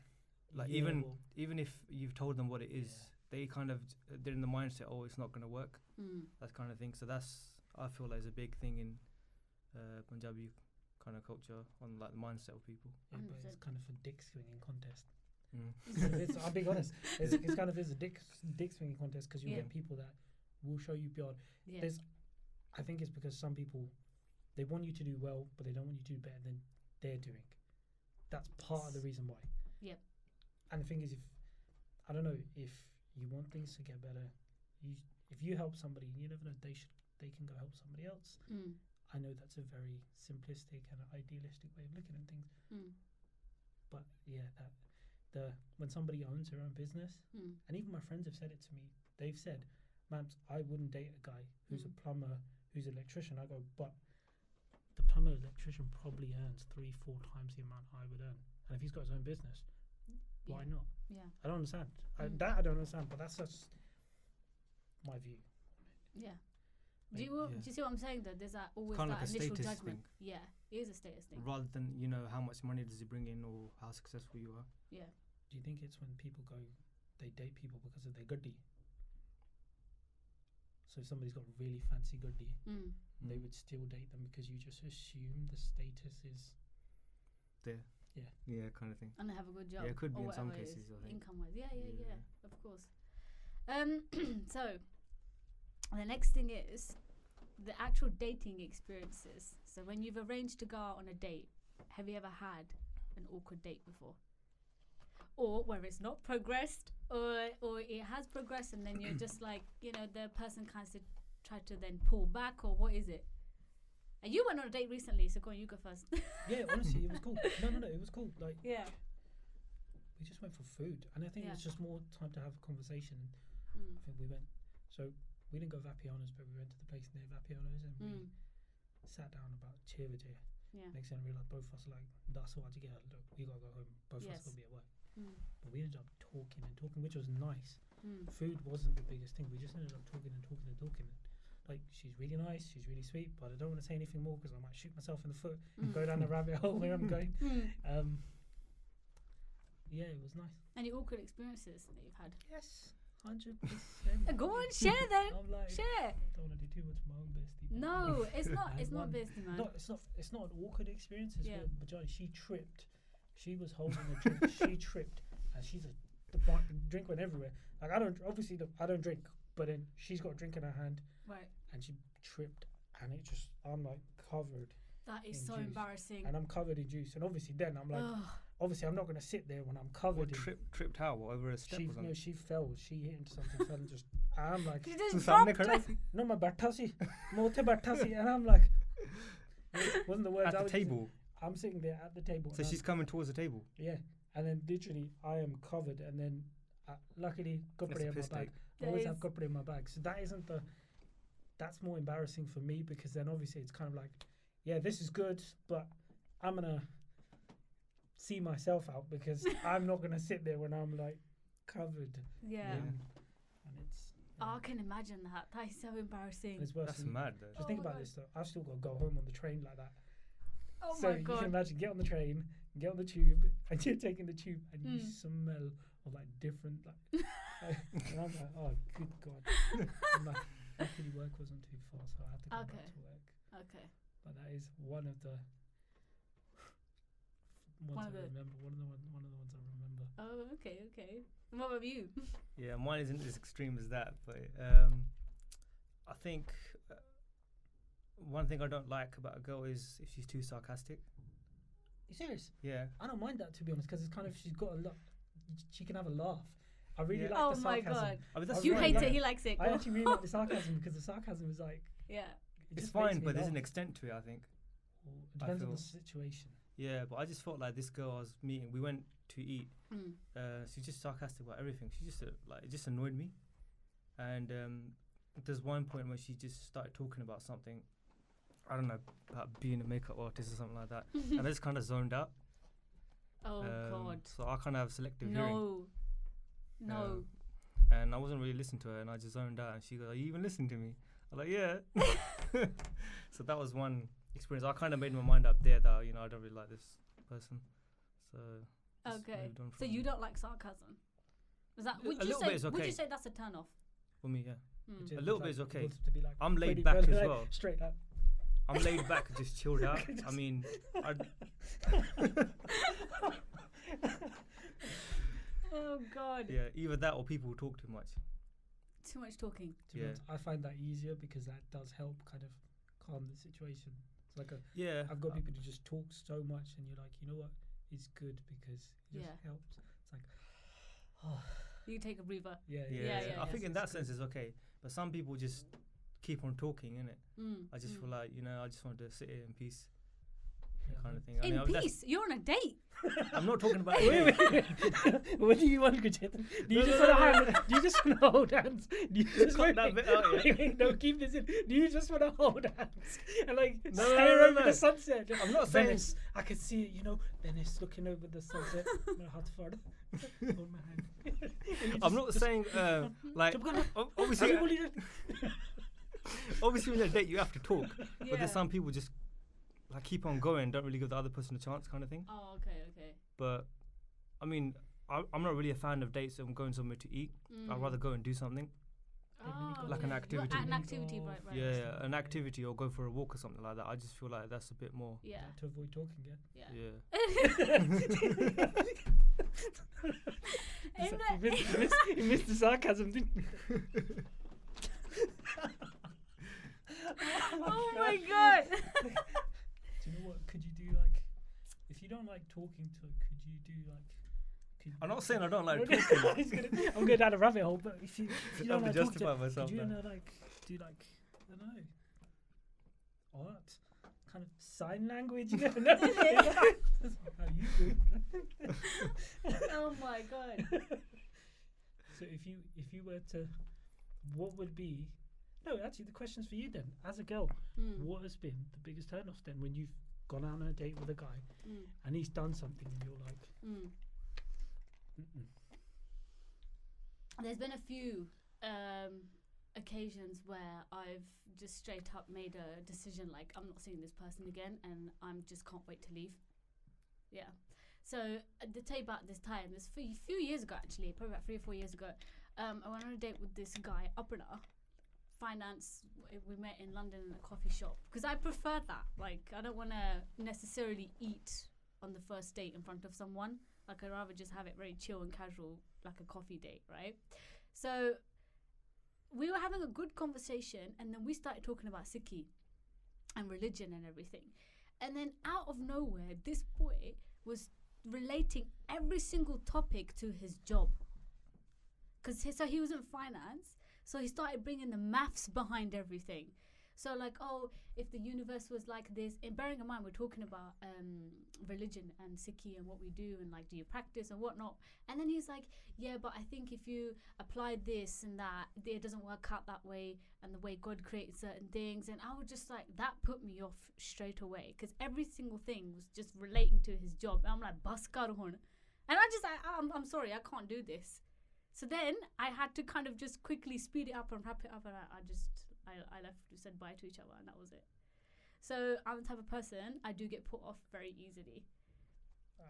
S2: like
S3: Yeah,
S2: even
S3: well,
S2: even if you've told them what it is,
S3: Yeah.
S2: they kind of they're in the mindset, oh, it's not going to work,
S1: Mm.
S2: that kind of thing. So that's I feel like is a big thing in uh, Punjabi kind of culture on like the mindset of people.
S3: yeah, but it's
S1: 100%.
S3: kind of a dick swinging contest.
S2: Mm.
S3: it's, I'll be honest. It's, it's kind of is a dick dick swinging contest because you
S1: Yeah.
S3: get people that will show you beyond.
S1: Yeah.
S3: There's, I think it's because some people they want you to do well, but they don't want you to do better than they're doing. That's part of the reason why.
S1: Yep.
S3: And the thing is, if I don't know if you want things to get better, you if you help somebody, you never know they should they can go help somebody else.
S1: Mm.
S3: I know that's a very simplistic and idealistic way of looking at things,
S1: Mm.
S3: but yeah, that the when somebody owns their own business,
S1: Mm.
S3: and even my friends have said it to me. They've said, "Mams, I wouldn't date a guy who's
S1: Hmm.
S3: a plumber, who's an electrician." I go, "But the plumber electrician probably earns three, four times the amount I would earn, and if he's got his own business, why
S1: Yeah.
S3: not?"
S1: Yeah.
S3: I don't understand. I,
S1: Mm.
S3: that I don't understand, but that's just my view.
S1: Yeah. Do
S3: Like,
S1: you,
S2: yeah.
S1: do you see what I'm saying? Though there's that always that
S2: kinda like a
S1: initial
S2: status
S1: judgment.
S2: thing.
S1: Yeah, it is a status thing.
S2: Rather than you know how much money does he bring in or how successful you are.
S1: Yeah.
S3: Do you think it's when people go, they date people because of their goodie? So if somebody's got really fancy goodie,
S1: Mm.
S3: they
S2: Mm.
S3: would still date them because you just assume the status is
S2: Yeah, kind of thing.
S1: And they have a good job.
S2: Yeah, it could be
S1: or
S2: in some
S1: whatever it
S2: cases,
S1: is,
S2: I think.
S1: Income-wise, yeah, yeah, yeah,
S2: Yeah.
S1: of course. Um, so the next thing is the actual dating experiences. So when you've arranged to go out on a date, have you ever had an awkward date before? Or where it's not progressed, or or it has progressed, and then you're just like, you know, the person kind of tried to then pull back, or what is it? And you went on a date recently, so go on, you go first.
S3: Yeah, honestly, it was cool. No, no, no, it was cool. Like
S1: yeah.
S3: we just went for food, and I think
S1: Yeah.
S3: it was just more time to have a conversation. I
S1: Mm.
S3: think we went, so we didn't go Vapiano's, but we went to the place near Vapiano's, and
S1: Mm.
S3: we sat down about cheer with cheer.
S1: Yeah.
S3: Next thing I realised, both of us are like, that's what I get. Look, we gotta go home. Both of us
S1: Yes.
S3: gotta be at work.
S1: Mm.
S3: But we ended up talking and talking, which was nice.
S1: Mm.
S3: Food wasn't the biggest thing. We just ended up talking and talking and talking. Like she's really nice, she's really sweet, but I don't want to say anything more because I might shoot myself in the foot, and go
S1: Mm.
S3: down the rabbit hole where I'm going.
S1: Mm.
S3: Um, yeah, it was nice.
S1: Any awkward experiences that you've had?
S3: Yes, hundred percent.
S1: Go on, share then.
S3: I'm like,
S1: share.
S3: I don't want to do too much of my own bestie. but-
S1: No, it's not.
S3: I
S1: It's not
S3: won.
S1: business, man.
S3: no, it's not. It's not an awkward experience. It's
S1: Yeah.
S3: what vagina. She tripped. She was holding a drink. she tripped, and she's a the bar, drink went everywhere. Like I don't obviously the, I don't drink, but then she's got a drink in her hand,
S1: Right.
S3: and she tripped, and it just I'm like covered,
S1: That is
S3: In
S1: so
S3: juice.
S1: embarrassing.
S3: and I'm covered in juice, and obviously then I'm like,
S1: Ugh.
S3: obviously I'm not gonna sit there when I'm
S2: What
S3: covered in
S2: trip, tripped out what, over a step
S3: she
S2: or
S3: no,
S2: something.
S3: she fell. She hit into something. fell and just I'm like,
S1: You just
S2: सामने
S1: dropped
S2: खड़ा
S1: it.
S2: है
S3: no, my batasi, mote batasi, and I'm like, wasn't the words I
S2: at the
S3: was using.
S2: table.
S3: I'm sitting there at the table.
S2: So
S3: and
S2: she's coming towards the table.
S3: I'm- yeah, and then literally I am covered, and then uh, luckily
S2: That's
S3: copper
S2: a
S3: in my
S2: piss
S3: bag.
S2: take.
S3: I
S1: That
S3: always
S1: is-
S3: have copper in my bag, so that isn't the. That's more embarrassing for me because then obviously it's kind of like, yeah, this is good, but I'm gonna see myself out because I'm not gonna sit there when I'm like covered.
S1: Yeah.
S2: Yeah.
S3: And, and it's.
S1: Oh, I can imagine that. That is so
S3: And
S1: embarrassing.
S3: It's worse.
S2: That's
S3: than-
S2: mad though.
S1: Oh
S3: Just think
S1: my
S3: about
S1: God.
S3: this though. I've still got to go home on the train like that.
S1: Oh
S3: so
S1: my
S3: you can
S1: god.
S3: imagine get on the train, get on the tube, and you're taking the tube and you
S1: Mm.
S3: smell of like different like, like- and I'm like, oh good god. And, like, luckily work wasn't too far, so I had to go
S1: Okay.
S3: back to work.
S1: okay.
S3: But that is one of the ones
S1: One of
S3: I
S1: the-
S3: remember. One of the one, one of the ones I remember.
S1: Oh, okay, okay. And What about you?
S2: Yeah, mine isn't as extreme as that, but um, I think uh, one thing I don't like about a girl is if she's too sarcastic.
S3: You serious?
S2: Yeah,
S3: I don't mind that to be honest, because it's kind of she's got a lot. She can have a laugh. I really
S2: Yeah.
S3: like
S1: oh
S3: the
S1: my
S3: sarcasm.
S1: god.
S2: I mean,
S3: That's
S1: you
S3: right,
S1: hate
S3: yeah.
S1: it, he likes it.
S3: I
S1: Go
S3: actually
S1: on.
S3: really like the sarcasm because the sarcasm is like
S1: Yeah.
S3: it
S2: It's
S3: just makes
S2: fine,
S3: me
S2: but there's
S3: laugh.
S2: an extent to it. I think.
S3: Well, it depends on the
S2: feel-
S3: situation.
S1: Mm.
S2: Yeah, but I just felt like this girl I was meeting, we went to eat.
S1: Mm.
S2: Uh, she's just sarcastic about everything. She just uh, like it just annoyed me. And um, there's one point where she just started talking about something. I don't know about being a makeup artist or something like that. and I just kind of zoned out.
S1: Oh
S2: Um,
S1: god.
S2: So I kind of have selective hearing,
S1: No. No.
S2: Um, and I wasn't really listening to her, and I just zoned out. And she goes, "Are you even listening to me?" I'm like, "Yeah." so that was one experience. I kind of made my mind up there that you know I don't really like this person. So just
S1: Okay.
S2: moved on
S1: So
S2: from
S1: you
S2: it.
S1: don't like sarcasm. Is that
S2: A
S1: would you
S2: little
S1: say
S2: bit is
S1: would you
S2: okay.
S1: say that's a turn off?
S2: for me, yeah.
S1: Mm.
S3: Which is
S2: little
S3: like,
S2: bit is
S3: you
S2: okay.
S3: want it to be like
S2: I'm laid
S3: pretty
S2: back as
S3: like,
S2: well.
S3: Straight up.
S2: I'm laid back, and just chilled out. I
S3: Just-
S2: mean, I'd,
S1: Oh god.
S2: yeah, either that or people who talk too much.
S1: Too much talking.
S3: To be
S2: Yeah.
S3: honest, I find that easier because that does help kind of calm the situation. It's like a,
S2: Yeah,
S3: I've got people who just talk so much, and you're like, you know what? It's good because it just
S1: Yeah.
S3: helps. It's like,
S1: You take a breather.
S3: yeah,
S2: Yeah,
S1: Yeah,
S2: I
S1: yeah,
S2: think
S3: It's-
S2: in that
S3: it's
S2: sense
S3: good.
S2: it's okay, but some people just keep on talking, innit?
S1: Mm.
S2: I just
S1: mm.
S2: feel like you know I just want to sit here in peace,
S3: Yeah.
S2: that kind of thing. I
S1: in
S2: mean, I- that's-
S1: peace. You're on a date.
S2: I'm not talking about.
S3: Wait,
S2: you.
S3: wait, wait. what do you want, Gujetan? Do you
S2: No,
S3: just
S2: no,
S3: want to
S2: no, no,
S3: hold? Do you just want to hold hands? Do you just
S2: cut
S3: wait,
S2: that
S3: wait,
S2: bit out, yeah.
S3: wait, wait, no, keep this in. Do you just want to hold hands and like
S2: No, no,
S3: stare
S2: no, no,
S3: over
S2: no.
S3: the sunset?
S2: I'm not saying-
S3: Venice. I can see it. You know, Venice looking over the sunset. no, how further. Hold my hand. And you
S2: I'm
S3: just-
S2: not saying uh, like
S3: Jump on.
S2: ob-
S3: Are
S2: obviously
S3: you really-
S2: obviously when you date you have to talk, but
S1: Yeah.
S2: there's some people just like keep on going, don't really give the other person a chance, kind of thing.
S1: Oh, okay, okay.
S2: But I mean, I, I'm not really a fan of dates. and going somewhere to eat. I'd
S1: Mm.
S2: rather go and do something.
S1: Oh,
S2: Like an
S1: yeah.
S2: activity.
S1: Well, An
S3: Mini
S1: activity,
S3: golf.
S1: right, right.
S2: yeah,
S3: it's
S2: yeah,
S3: not
S2: an
S3: really-
S2: activity or go for a walk or something like that. I just feel like that's a bit more.
S1: Yeah.
S3: To avoid talking, yeah.
S1: Yeah.
S2: Yeah.
S1: In
S3: You
S1: the,
S3: missed, you missed, you missed the sarcasm, didn't you?
S1: oh my god.
S3: Do you know what? Could you do like, if you don't like talking to, it, could you do like? Could
S2: I'm not saying I don't like
S3: No, no,
S2: talking.
S3: I'm just gonna- I'm going down a rabbit hole, but if you, if you
S2: I'll
S3: don't
S2: be
S3: like talking to,
S2: justify
S3: it,
S2: myself.
S3: could you
S2: now.
S3: know, like do like I don't know, art, kind of sign language? You never know. That's How you do?
S1: oh my god.
S3: So if you if you were to, what would be? No, actually, the question's for you then. As a girl,
S1: Mm,
S3: what has been the biggest turn-off then when you've gone out on a date with a guy
S1: mm,
S3: and he's done something and you're like,
S1: mm.
S3: Mm-mm.
S1: There's been a few um, occasions where I've just straight up made a decision like I'm not seeing this person again, and I'm just can't wait to leave. Yeah. So uh, to tell you about this time, this few, few years ago actually, probably about three or four years ago, um, I went on a date with this guy, Uprenor. Finance. w- We met in London in a coffee shop because I prefer that. Like I don't want to necessarily eat on the first date in front of someone. Like I'd rather just have it very chill and casual, like a coffee date, right? So we were having a good conversation, and then we started talking about Sikhi and religion and everything. And then out of nowhere, this boy was relating every single topic to his job. Cause he, so he was in finance, so he started bringing the maths behind everything. So like, oh, if the universe was like this, and bearing in mind we're talking about um, religion and Sikhi and what we do and like, do you practice and whatnot? And then he's like, yeah, but I think if you apply this and that, it doesn't work out that way, and the way God created certain things. And I was just like, that put me off straight away because every single thing was just relating to his job. And I'm like, bus kar hun. And I just, I, I'm, I'm sorry, I can't do this. So then I had to kind of just quickly speed it up and wrap it up, and I, I just, I, I left, we said bye to each other, and that was it. So I'm the type of person I do get put off very easily.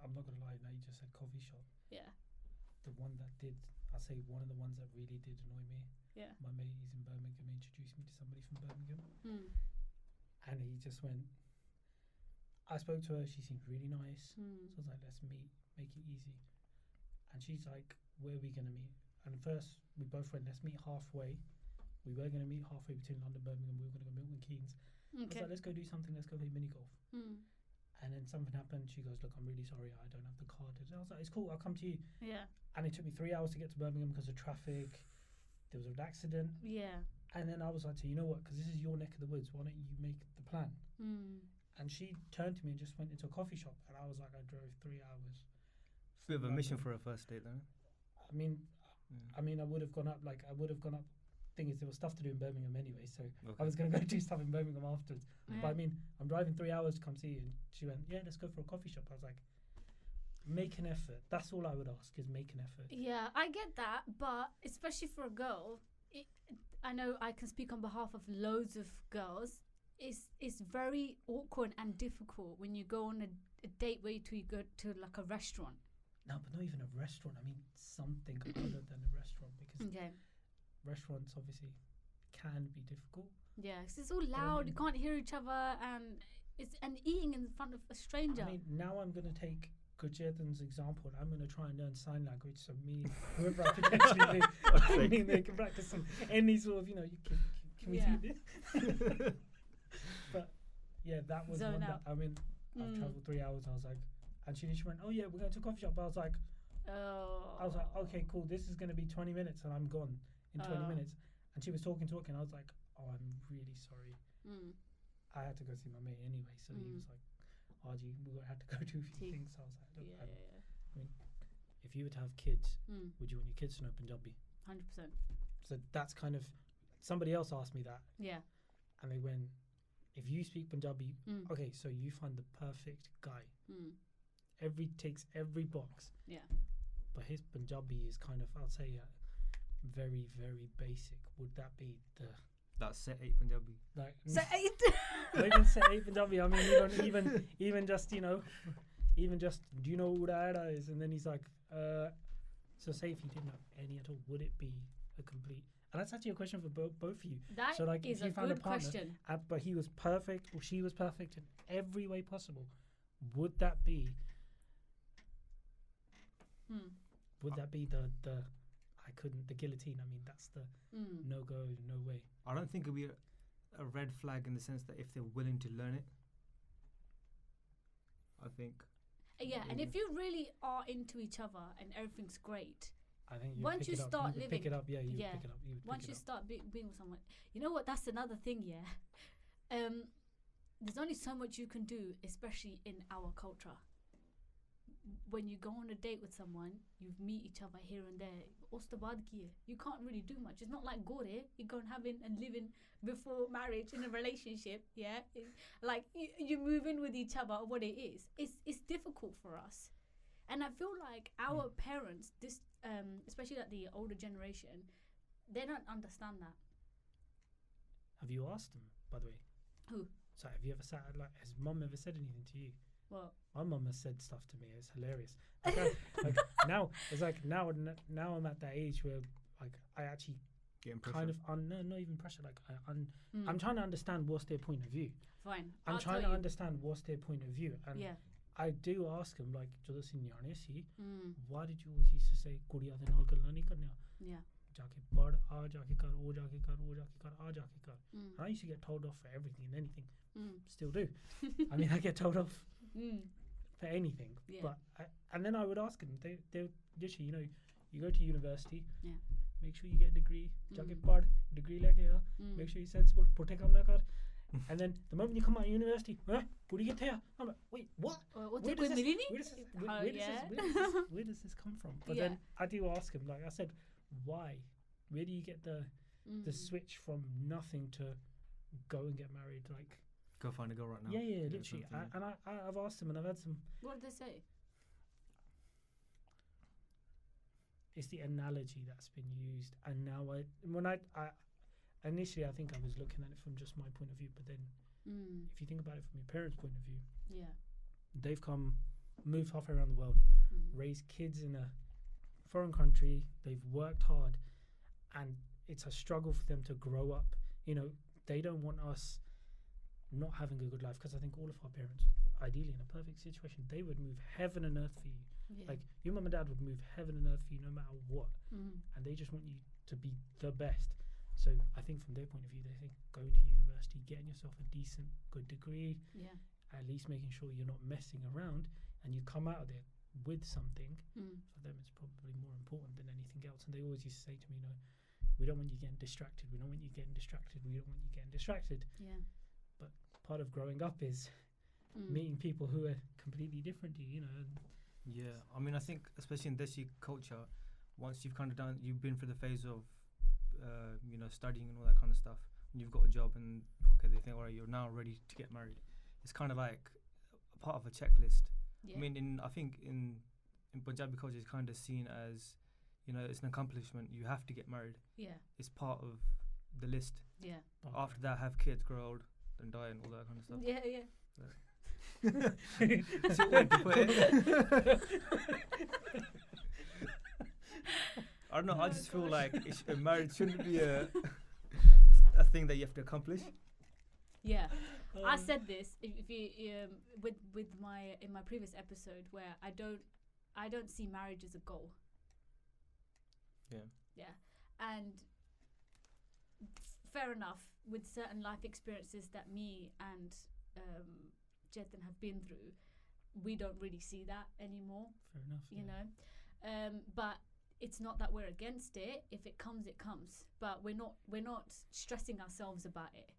S3: I'm not gonna lie. Now you just said coffee shop.
S1: Yeah.
S3: The one that did, I say one of the ones that really did annoy me.
S1: Yeah.
S3: My mate, he's in Birmingham. Introduced me to somebody from Birmingham.
S1: Mm.
S3: and he just went. I spoke to her. She seemed really nice.
S1: Mm.
S3: So I was like, let's meet, make it easy. And she's like, where are we gonna meet? And first, we both went, let's meet halfway. We were gonna meet halfway between London, Birmingham. We were gonna go Milton Keynes. I was
S1: Okay.
S3: like, let's go do something. Let's go play mini golf.
S1: Mm.
S3: And then something happened. She goes, look, I'm really sorry. I don't have the card. And I was like, it's cool. I'll come to you.
S1: Yeah.
S3: And it took me three hours to get to Birmingham because of traffic. There was an accident.
S1: Yeah.
S3: And then I was like, to her, you know what? Because this is your neck of the woods. Why don't you make the plan?
S1: Mm.
S3: And she turned to me and just went into a coffee shop. And I was like, I drove three hours.
S2: Bit of a
S3: from
S2: mission
S3: London.
S2: for a first date, though.
S3: I mean,
S2: Yeah.
S3: I mean, I would have gone up. Like, I would have gone up. Thing is, there was stuff to do in Birmingham anyway, so
S2: Okay.
S3: I was gonna go do stuff in Birmingham afterwards. But I
S1: Yeah.
S3: mean, I'm driving three hours to come see you. And she went, Yeah, let's go for a coffee shop. I was like, Make an effort. That's all I would ask is make an effort.
S1: Yeah, I get that, but especially for a girl, it, I know I can speak on behalf of loads of girls. It's it's very awkward and difficult when you go on a, a date where you, two- you go to like a restaurant.
S3: No, but not even a restaurant. I mean, something other than a restaurant because
S1: Okay.
S3: restaurants obviously can be difficult.
S1: Yeah, 'cause it's all loud. You can't hear each other, and it's and eating in front of a stranger.
S3: I mean, now I'm going to take Gurjetan's example. and I'm going to try and learn sign language so me, and whoever I potentially meet, I mean, they can practice on any sort of, you know, you can, can we
S1: Yeah.
S3: do this? but yeah, that was
S1: Zone
S3: one
S1: out.
S3: that, I mean, I've
S1: Mm.
S3: traveled three hours and I was like, and she literally went, oh yeah, we're going to a coffee shop. I was like,
S1: oh.
S3: I was like, okay, cool. This is going to be 20 minutes and I'm gone in 20
S1: Oh.
S3: minutes. And she was talking, talking. I was like, oh, I'm really sorry.
S1: Mm.
S3: I had to go see my mate anyway. So he
S1: Mm.
S3: was like, Argy, we're going to have to go do a few
S1: Tea.
S3: things. So I was like,
S1: Yeah,
S3: look,
S1: yeah,
S3: I'm
S1: yeah.
S3: if you were to have kids,
S1: Mm.
S3: would you want your kids to know Punjabi?
S1: Hundred percent.
S3: So that's kind of somebody else asked me that,
S1: Yeah.
S3: and they went, if you speak Punjabi,
S1: Mm.
S3: okay, so you find the perfect guy.
S1: Mm.
S3: Every takes every box.
S1: Yeah.
S3: But his Punjabi is kind of, I'd say, uh, very very basic. Would that be the
S2: That's set eight Punjabi.
S3: like?
S1: So
S3: not even say Punjabi. I mean, even even even just you know, even just do you know what Ura is? And then he's like, uh, so say if you didn't know any at all, would it be a complete? And that's actually a question for bo- both of you.
S1: that
S3: So, like,
S1: is
S3: if you
S1: a
S3: found a
S1: good
S3: partner-
S1: question.
S3: Uh, but he was perfect, or she was perfect in every way possible. Would that be?
S1: Mm.
S3: Would that be the the? I couldn't the guillotine. I mean, that's the
S1: Mm.
S3: no go, no way.
S2: I don't think it'd be a, a red flag in the sense that if they're willing to learn it. I think.
S1: Yeah, and
S2: Yeah.
S1: if you really are into each other and everything's great,
S3: I think you'd
S1: Once
S3: pick
S1: you
S3: it up.
S1: start
S3: you would pick
S1: living-
S3: it up. Yeah, you would
S1: yeah.
S3: pick it up. You would
S1: once
S3: pick
S1: you
S3: it up.
S1: start be- being with someone, you know what? That's another thing, yeah. Um, there's only so much you can do, especially in our culture. When you go on a date with someone, you meet each other here and there. Usta baad kiya. You can't really do much. It's not like gore. eh? You go and having and living before marriage in a relationship. Yeah, It- like you, you move in with each other. What it is, it's it's difficult for us, and I feel like our
S3: Mm.
S1: parents, this um, especially like the older generation, they don't understand that.
S3: Have you asked him, by the way?
S1: Who?
S3: So have you ever sat like? Has mum ever said anything to you?
S1: Well,
S3: My mum has said stuff to me. It's hilarious. Like, I, like now, it's like now, n- now I'm at that age where like I actually
S2: Getting
S3: kind of un, no, not even pressure. Like I, un,
S1: mm,
S3: I'm trying to understand what's their point of view.
S1: fine.
S3: I'm
S1: I'll
S3: trying to
S1: tell you.
S3: understand what's their point of view, and
S1: Yeah.
S3: I do ask him like, ਜਦੋਂ ਅਸੀਂ ਨਿਆਣੇ ਸੀ,
S1: Mm,
S3: why did you always used to say ਕੁੜੀਆਂ ਦੇ ਨਾਲ ਗੱਲਾਂ ਨਹੀਂ ਕਰਨੀਆਂ?
S1: yeah.
S3: ਜਾ ਕੇ ਪੜ ਆ ਜਾ ਕੇ ਕਰ ਉਹ ਜਾ ਕੇ ਕਰ ਉਹ ਜਾ ਕੇ ਕਰ ਆ ਜਾ ਕੇ ਕਰ.
S1: Mm,
S3: And I used to get told off for everything and anything.
S1: mm,
S3: Still do. I mean, I get told off
S1: mm,
S3: for anything.
S1: Yeah.
S3: But I, and then I would ask them. They they would literally, you know, you go to university.
S1: Yeah.
S3: Make sure you get a degree. Jaake
S1: Mm.
S3: pad degree leke aa.
S1: mm.
S3: Make sure you're sensible. Putte kam na kar. and then the moment you come out of university, huh? Puri kithe aa?" I'm like, wait, what?
S1: Well, Oh, what's
S3: Where
S1: it
S3: does
S1: called,
S3: this-
S1: Milini?
S3: Where does this, where,
S1: Oh,
S3: where does
S1: yeah.
S3: this, where, does this, where does this come from? But then I do ask him. Like I said, why? Where do you get the the
S1: Mm.
S3: switch from nothing to go and get married? Like
S2: Go find a girl right now.
S3: yeah, yeah,
S2: Yeah,
S3: literally.
S2: something, yeah.
S3: I, and I, I, I've asked him, and I've had some
S1: What did they say?
S3: it's the analogy that's been used and now i when i, I initially, I think I was looking at it from just my point of view, but then
S1: Mm.
S3: if you think about it from your parents' point of view,
S1: Yeah.
S3: they've come, moved halfway around the world,
S1: Mm.
S3: raised kids in a foreign country, they've worked hard, and it's a struggle for them to grow up. You know, they don't want us not having a good life because I think all of our parents, ideally in a perfect situation, they would move heaven and earth for you.
S1: yeah.
S3: Like your mum and dad would move heaven and earth for you no matter what,
S1: mm.
S3: and they just want you to be the best. So I think from their point of view, they think going to university, getting yourself a decent, good degree,
S1: Yeah.
S3: at least making sure you're not messing around, and you come out of there with something.
S1: Mm.
S3: For them, it's probably more important than anything else. And they always used to say to me, "No, we don't want you getting distracted. We don't want you getting distracted. We don't want you getting distracted."
S1: Yeah.
S3: Part of growing up is
S1: Mm.
S3: meeting people who are completely different to you. You know, and
S2: Yeah, I mean, I think especially in Desi culture, once you've kind of done, you've been through the phase of, uh, you know, studying and all that kind of stuff. And you've got a job, and okay, they think, all right, you're now ready to get married. It's kind of like a part of a checklist.
S1: Yeah.
S2: I mean, in I think in in Punjabi culture, it's kind of seen as, you know, it's an accomplishment. You have to get married.
S1: yeah.
S2: It's part of the list.
S1: Yeah.
S3: but-
S2: After that, have kids, grow old, then die, and all that kind of stuff.
S1: Yeah. Yeah.
S2: That's a way to put it. I don't know. I
S1: Oh,
S2: just feel
S1: gosh.
S2: like it sh- uh, marriage shouldn't be a a thing that you have to accomplish.
S1: Yeah. I
S3: Um,
S1: said this if, if you um, with with my in my previous episode where I don't I don't see marriage as a goal.
S2: Yeah.
S1: Yeah, and f- fair enough with certain life experiences that me and um, Jethan have been through, we don't really see that anymore.
S3: fair enough.
S1: You
S3: yeah.
S1: know, um, but it's not that we're against it. If it comes, it comes. But we're not we're not stressing ourselves about it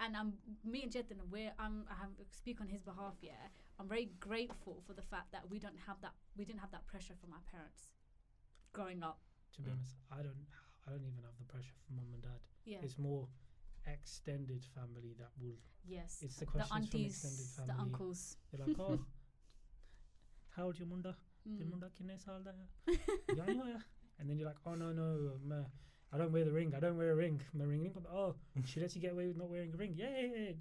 S1: and I'm me and Jethan, we're I'm, I have, speak on his behalf. Yeah, I'm very grateful for the fact that we don't have that we didn't have that pressure from our parents growing up.
S3: To be
S2: Mm.
S3: honest, I don't. I don't even have the pressure from mum and dad.
S1: Yeah.
S3: It's more extended family that will.
S1: yes.
S3: It's the
S1: the
S3: questions from extended
S1: aunties,
S3: family.
S1: the uncles.
S3: They're like, oh, how old your munda? Your
S1: Mm.
S3: munda kinne saal da hai?" "Yeah, yeah, yeah." And then you're like, oh no no, ma, I don't wear the ring. I don't wear a ring. My ring. ring." Oh, she lets you get away with not wearing a ring. Yeah yeah yeah.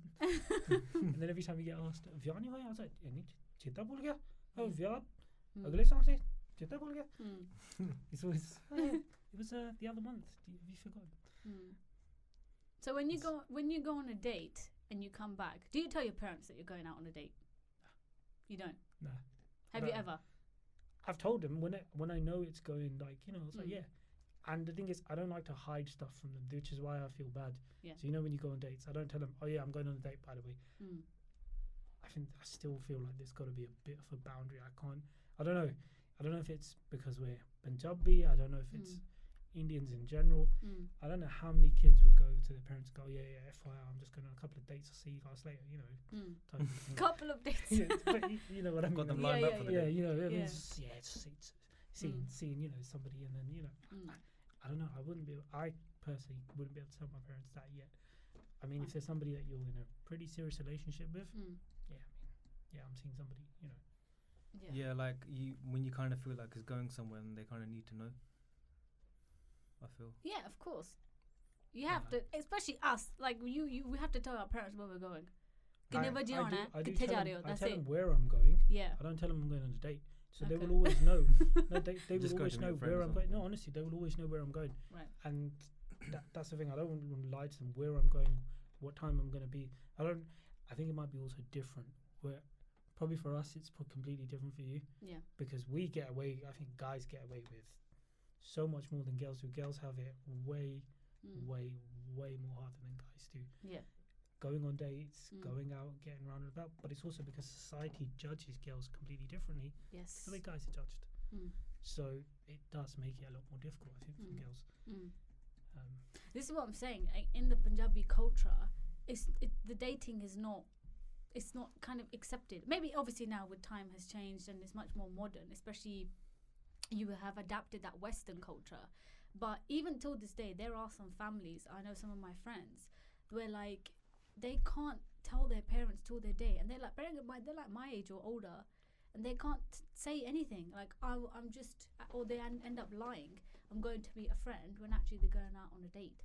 S1: Hmm.
S3: and then every time you get asked, "Vyani hoya?" I was like, "Yani chita bol gaya? Oh
S1: Yeah.
S3: vyad
S1: Mm.
S3: agle saal se chita bol gaya?"
S1: Mm.
S3: It's always "Oh, yeah, it was uh, the other month. Do you- Have you forgotten?
S1: Mm. So when you
S3: It's-
S1: go when you go on a date and you come back, do you tell your parents that you're going out on a date? You don't.
S3: No.
S1: Have you
S3: No.
S1: ever?
S3: I've told them when I when I know it's going like you know, it's like
S1: Mm.
S3: yeah. And the thing is, I don't like to hide stuff from them, which is why I feel bad.
S1: Yeah.
S3: So you know, when you go on dates, I don't tell them, "Oh yeah, I'm going on a date." By the way,
S1: Mm.
S3: I think I still feel like there's got to be a bit of a boundary. I can't. I don't know. I don't know if it's because we're Punjabi. I don't know if it's
S1: Mm.
S3: Indians in general.
S1: Mm.
S3: I don't know how many kids would go to their parents, and go, "Oh, "Yeah, yeah, FYI, I'm just going on a couple of dates. I'll see you guys later." You know,
S1: Mm.
S3: type of thing.
S1: Couple of dates.
S3: Yeah, but you, you know what I mean.
S2: Got them
S1: Yeah,
S2: lined
S1: yeah,
S2: up for the
S3: yeah,
S2: day.
S3: you know, I mean,
S1: Yeah.
S3: it's- yeah, it's, it's seeing
S1: Mm.
S3: seeing you know somebody, and then you know,
S1: Mm.
S3: I don't know. I wouldn't be. I personally wouldn't be able to tell my parents that yet. I mean,
S1: Fine.
S3: if there's somebody that you're in a pretty serious relationship with,
S1: Mm.
S3: yeah, I mean, yeah, I'm seeing somebody, you know.
S1: Yeah.
S2: Yeah. like you when you kind of feel like it's going somewhere, and they kind of need to know. I feel.
S1: Yeah, of course. You have
S3: Yeah.
S1: to, especially us. Like you, you, we have to tell our parents where we're going.
S2: I-
S1: ਕਿੰਨੇ ਵਜੇ ਆਉਣਾ ਹੈ, ਕਿੱਥੇ ਜਾ
S3: tell
S1: ਰਹੇ ਹੋ,
S3: them, I
S1: that's
S3: tell
S1: it.
S3: them where I'm going.
S1: Yeah.
S3: I don't tell them I'm going on a date, so they
S1: Okay.
S3: will always know. no, they, they
S2: Just
S3: will
S2: go
S3: always
S2: to meet
S3: know
S2: a friend or
S3: where I'm going.
S2: something.
S3: No, honestly, they will always know where I'm going.
S1: Right.
S3: And that, that's the thing. I don't want to lie to them where I'm going, what time I'm going to be. I don't. I think it might be also different. Where probably for us, it's pro- completely different for you.
S1: Yeah.
S3: Because we get away. I think guys get away with so much more than girls do. Girls have it way,
S1: Mm.
S3: way, way more harder than guys do.
S1: Yeah.
S3: Going on dates,
S1: Mm.
S3: going out, getting round and about. But it's also because society judges girls completely differently
S1: Yes.
S3: the way guys are judged.
S1: Mm.
S3: So it does make it a lot more difficult, I think,
S1: Mm.
S3: for girls.
S1: Mm.
S3: Um,
S1: This is what I'm saying. Like, in the Punjabi culture, it's it, the dating is not. It's not kind of accepted. Maybe obviously now with time has changed and it's much more modern, especially you have adapted that Western culture. But even till this day, there are some families, I know some of my friends, where like they can't tell their parents till their day. And they're like, bearing in mind, they're like my age or older. And they can't say anything. Like, I, I'm just, or they en- end up lying. I'm going to meet a friend when actually they're going out on a date.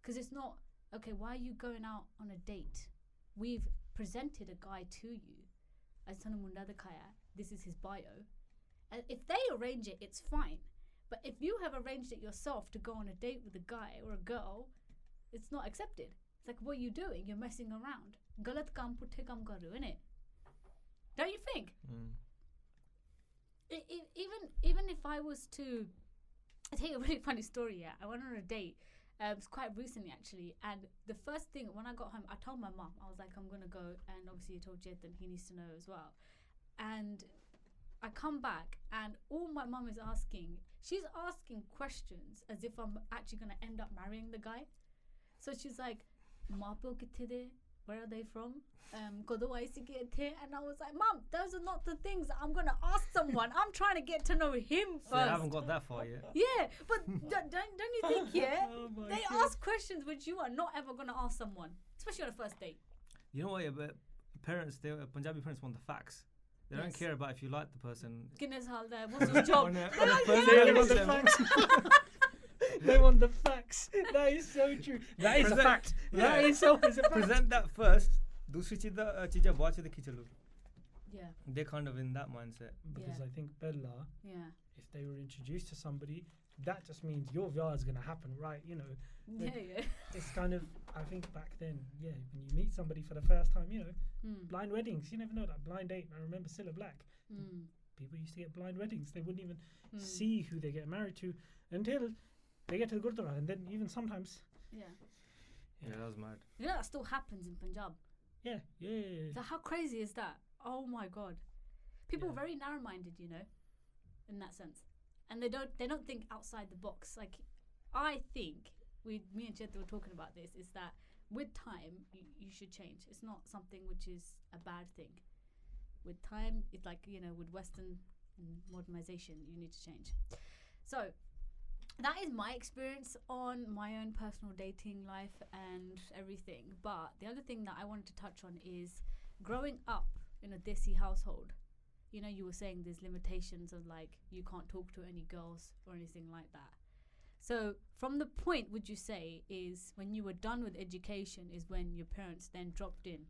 S1: because it's not okay. Why are you going out on a date? We've presented a guy to you as Tanamundadakaya. This is his bio. And if they arrange it, it's fine. But if you have arranged it yourself to go on a date with a guy or a girl, it's not accepted. It's like, what are you doing? You're messing around. Galat kaam putte kaam karu, innit? Don't you think?
S2: Mm.
S1: I- I- even even if I was to, I tell you a really funny story. Yeah, I went on a date. Um, it's quite recently actually, and the first thing when I got home, I told my mum I was like, I'm gonna go, and obviously I told Jed that he needs to know as well. And I come back, and all my mum is asking, she's asking questions as if I'm actually gonna end up marrying the guy. So she's like, "Maapo kithe de? Where are they from? um, Kodo Waisi get here, and I was like, Mom, those are not the things I'm gonna ask someone. I'm trying to get to know him
S2: So I haven't
S1: first.
S2: got that far yet.
S1: yeah, but d- don't don't you think yeah?
S2: Oh my
S1: Eh, they
S2: God.
S1: ask questions which you are not ever gonna ask someone, especially on a first date.
S2: You know what? Yeah, but parents, they, Punjabi parents want the facts. They don't
S1: Yes.
S2: care about if you like the person.
S1: Guinness Halda, what's your job?
S2: On a-
S1: They're
S2: on a
S1: like,
S2: first
S1: "They're
S2: date,
S1: not
S2: they
S1: gonna
S2: want
S3: the
S1: give
S2: them.
S1: a
S3: facts. they want the facts. That is so true. That is
S2: Present-
S3: a fact. That
S2: yeah.
S3: is always a fact.
S2: Present that first. uh, दूसरी चीज़ अ, चीज़ें बाद से खींच लो.
S1: Yeah,
S2: They're kind of in that mindset.
S3: Because
S1: Yeah.
S3: I think Bella,
S1: yeah,
S3: if they were introduced to somebody, that just means your VR is going to happen, right? You know,
S1: yeah, yeah.
S3: it's kind of, I think back then, yeah, when you meet somebody for the first time, you know,
S1: Mm,
S3: blind weddings, you never know, like blind date. I remember Cilla Black,
S1: mm,
S3: people used to get blind weddings. They wouldn't even
S1: mm.
S3: see who they get married to until they get to the Gurdwara. And then even sometimes,
S1: Yeah,
S2: Yeah, that was mad.
S1: you know that still happens in Punjab.
S3: yeah, yeah, yeah, yeah.
S1: So how crazy is that? Oh my god. People are
S3: Yeah.
S1: very narrow minded, you know, in that sense. And they don't they don't think outside the box. Like I think we me and Jethro were talking about this, is that with time you, you should change. It's not something which is a bad thing. With time, it's like, you know, with Western and modernization, you need to change. So that is my experience on my own personal dating life and everything. But the other thing that I wanted to touch on is growing up in a Desi household. You know, you were saying there's limitations of like you can't talk to any girls or anything like that. So, from the point, would you say, is when you were done with education, is when your parents then dropped in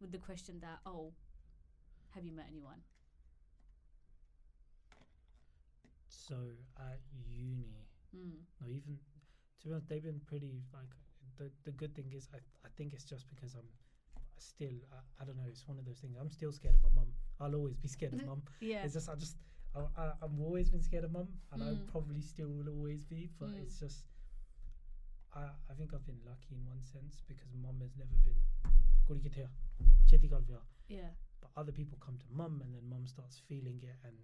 S1: with the question that, oh, have you met anyone?
S3: So at uni,
S1: Mm.
S3: no, even to be honest, they've been pretty like the the good thing is I I think it's just because I'm still I, I don't know it's one of those things I'm still scared of my mum. I'll always be scared of mum.
S1: Yeah.
S3: It's just I just I, I I've always been scared of mum, and
S1: Mm.
S3: I probably still will always be. But
S1: Mm.
S3: it's just I I think I've been lucky in one sense because mum has never been. "Kuri ki thea, cheti kar vya."
S1: yeah.
S3: but other people come to mum and then mum starts feeling it and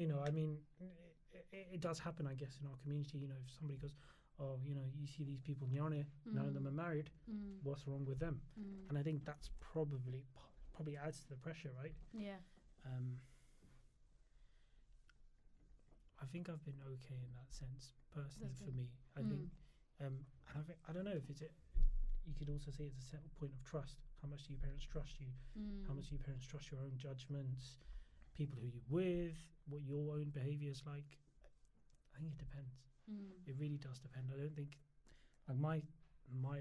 S3: you know i mean it, it, it does happen i guess in our community you know if somebody goes oh you know you see these people in Yarne, none of them are married
S1: Mm.
S3: what's wrong with them
S1: Mm.
S3: and i think that's probably probably adds to the pressure right
S1: Yeah.
S3: um i think i've been okay in that sense personally
S1: That's
S3: for
S1: good.
S3: me i
S1: Mm.
S3: think um and I, think, I don't know if it's a, you could also say it's a set point of trust how much do your parents trust you
S1: Mm.
S3: how much do your parents trust your own judgments, people who you're with, what your own behaviour is like. I think it depends.
S1: Mm.
S3: It really does depend. I don't think like my my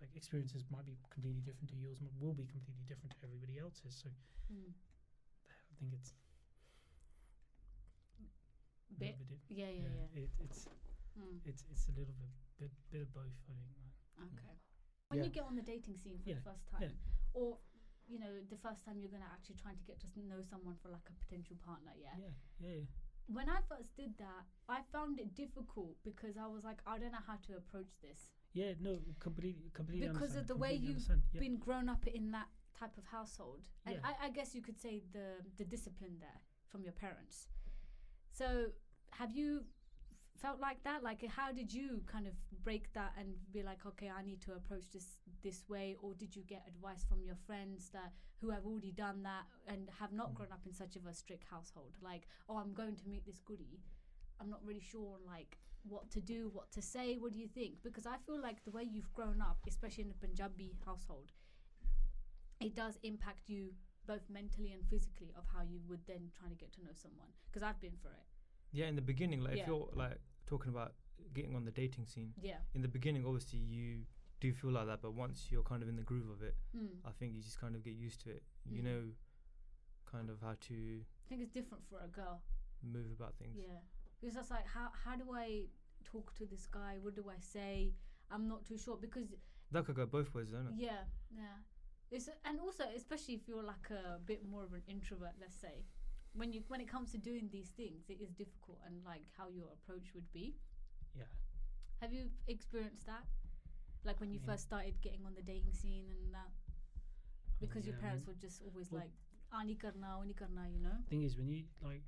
S3: like experiences might be completely different to yours, m- will be completely different to everybody else's. So
S1: Mm.
S3: I think it's a
S1: Bit.
S3: little bit. di-
S1: Yeah, yeah, yeah.
S3: It, it's
S1: Mm.
S3: it's it's a little bit bit, bit of both. I think.
S1: Okay. When
S3: Yeah.
S1: you get on the dating scene for
S3: Yeah,
S1: the first time,
S3: yeah.
S1: or you know, the first time you're gonna actually trying to get to s- know someone for like a potential partner, yeah.
S3: Yeah, yeah, yeah.
S1: When I first did that, I found it difficult because I was like, I don't know how to approach this.
S3: Yeah, no, completely, completely.
S1: Because
S3: understand,
S1: of the way
S3: completely
S1: you've
S3: understand, yeah.
S1: Being grown up in that type of household, and
S3: Yeah.
S1: I, I guess you could say the the discipline there from your parents. So, have you f- felt like that? Like, how did you kind of break that and be like, okay, I need to approach this this way, or did you get advice from your friends that who have already done that and have not
S2: Mm.
S1: grown up in such of a strict household? Like, oh, I'm going to meet this goodie. I'm not really sure on like what to do, what to say. What do you think? Because I feel like the way you've grown up, especially in a Punjabi household, it does impact you both mentally and physically of how you would then trying to get to know someone. Because I've been for it.
S2: Yeah, in the beginning, like
S1: Yeah.
S2: if you're like talking about getting on the dating scene,
S1: Yeah.
S2: in the beginning, obviously you do feel like that, but once you're kind of in the groove of it,
S1: Mm.
S2: I think you just kind of get used to it. You
S1: Mm.
S2: know, kind of how to
S1: I think it's different for a girl.
S2: move about things.
S1: Yeah, because that's like how how do I talk to this guy? What do I say? I'm not too sure because
S2: That could go both ways, don't it?
S1: yeah, yeah. It's and also especially if you're like a bit more of an introvert, let's say, when you when it comes to doing these things, it is difficult and like how your approach would be.
S3: Yeah.
S1: Have you experienced that? Like when you
S3: mean-
S1: first started getting on the dating scene and that, because your
S3: Yeah, I
S1: parents
S3: mean,
S1: were just always
S3: well-
S1: like, "Ani karna, ani karna," you know.
S3: thing is when you like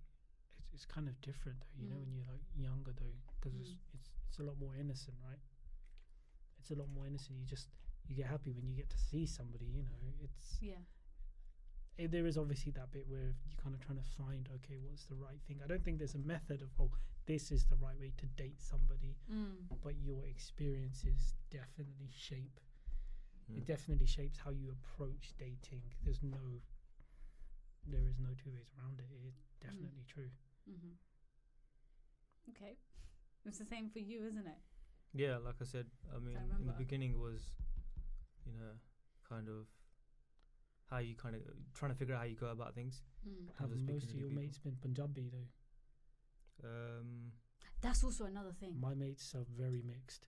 S3: it's, it's kind of different though you know
S1: Mm.
S3: when you're like younger though because it's, it's it's a lot more innocent right it's a lot more innocent you just you get happy when you get to see somebody you know it's
S1: Yeah.
S3: eh, there is obviously that bit where you're kind of trying to find okay what's the right thing i don't think there's a method of oh this is the right way to date somebody
S1: Mm.
S3: but your experiences definitely shape
S2: Mm.
S3: it definitely shapes how you approach dating there's no there is no two ways around it it's
S1: Hmm.
S3: definitely true
S1: Mm-hmm. Okay. It's the same for you, isn't it?
S2: Yeah, like I said, I mean, in the
S1: remember.
S2: beginning it was, you know, kind of how you kind of trying to figure out how you go about things.
S1: Mm.
S2: Have
S3: Have
S2: a speak
S3: most
S2: to
S3: of
S2: the
S3: your
S2: people.
S3: mates been Punjabi though?
S2: Um,
S1: That's also another thing.
S3: My mates are very mixed,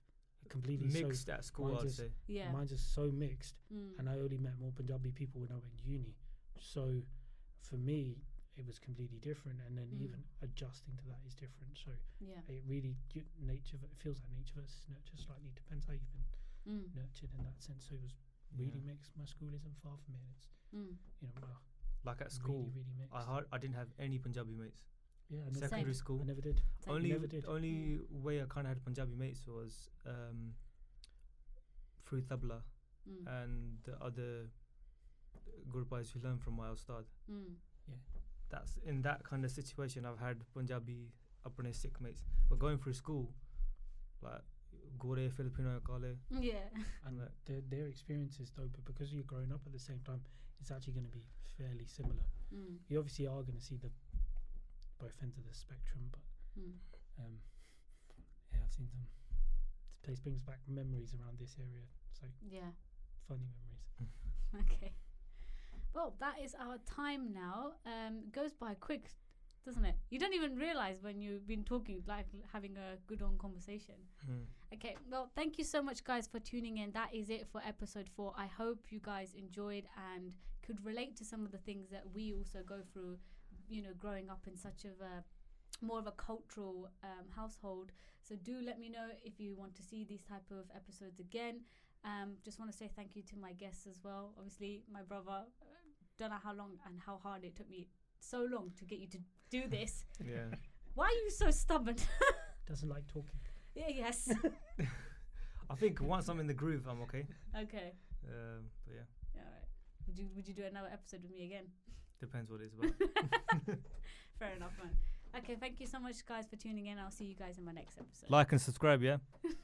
S3: completely
S2: mixed at school, I'd
S3: just-
S2: say.
S1: Yeah.
S3: So, mine's are so mixed,
S1: Mm.
S3: and I only met more Punjabi people when I went uni. So, for me, it was completely different, and then
S1: Mm.
S3: even adjusting to that is different. So
S1: yeah.
S3: it really you, nature. ver- It feels like nature versus nurture slightly. Depends how you've been
S1: Mm.
S3: nurtured in that sense. So it was really mixed. My school isn't far from it. It's
S1: Mm.
S3: you know my
S2: Like at school,
S3: really really mixed.
S2: I hard, I didn't have any Punjabi mates.
S3: yeah, I never,
S1: Same.
S2: Secondary school,
S3: I never did.
S1: Same.
S2: only
S3: Never did. Hmm.
S2: only way I kind of had Punjabi mates was um, through tabla
S1: Mm.
S3: Hmm.
S2: and the other gurupais who learned from my ustad.
S1: Mm.
S2: That's in that kind of situation I've had Punjabi apne Sikh mates. But going through school, like Gore Filipino Kale,
S1: Yeah.
S3: and
S2: Right.
S3: their, their experiences though but because you're growing up at the same time it's actually going to be fairly similar
S1: Mm.
S3: you obviously are going to see the both ends of the spectrum but
S1: Mm.
S3: um yeah i've seen some this place brings back memories around this area so
S1: Yeah.
S3: funny memories
S1: Okay. Well, that is our time now. Um, it goes by quick, doesn't it? You don't even realize when you've been talking, like having a good on conversation.
S2: Mm.
S1: Okay, well, thank you so much, guys, for tuning in. That is it for episode four. I hope you guys enjoyed and could relate to some of the things that we also go through, you know, growing up in such of a more of a cultural um, household. So do let me know if you want to see these type of episodes again. Um, just want to say thank you to my guests as well. Obviously, my brother. uh, Don't know how long and how hard it took me so long to get you to do this.
S2: Yeah.
S1: Why are you so stubborn?
S3: doesn't like talking
S1: yeah, yes.
S2: I think once I'm in the groove, I'm okay.
S1: Okay.
S2: Um, but yeah,
S1: All right. Would you would you do another episode with me again?
S2: depends what it's about.
S1: Fair enough, man. Okay, thank you so much, guys, for tuning in. I'll see you guys in my next episode.
S2: like and subscribe, yeah?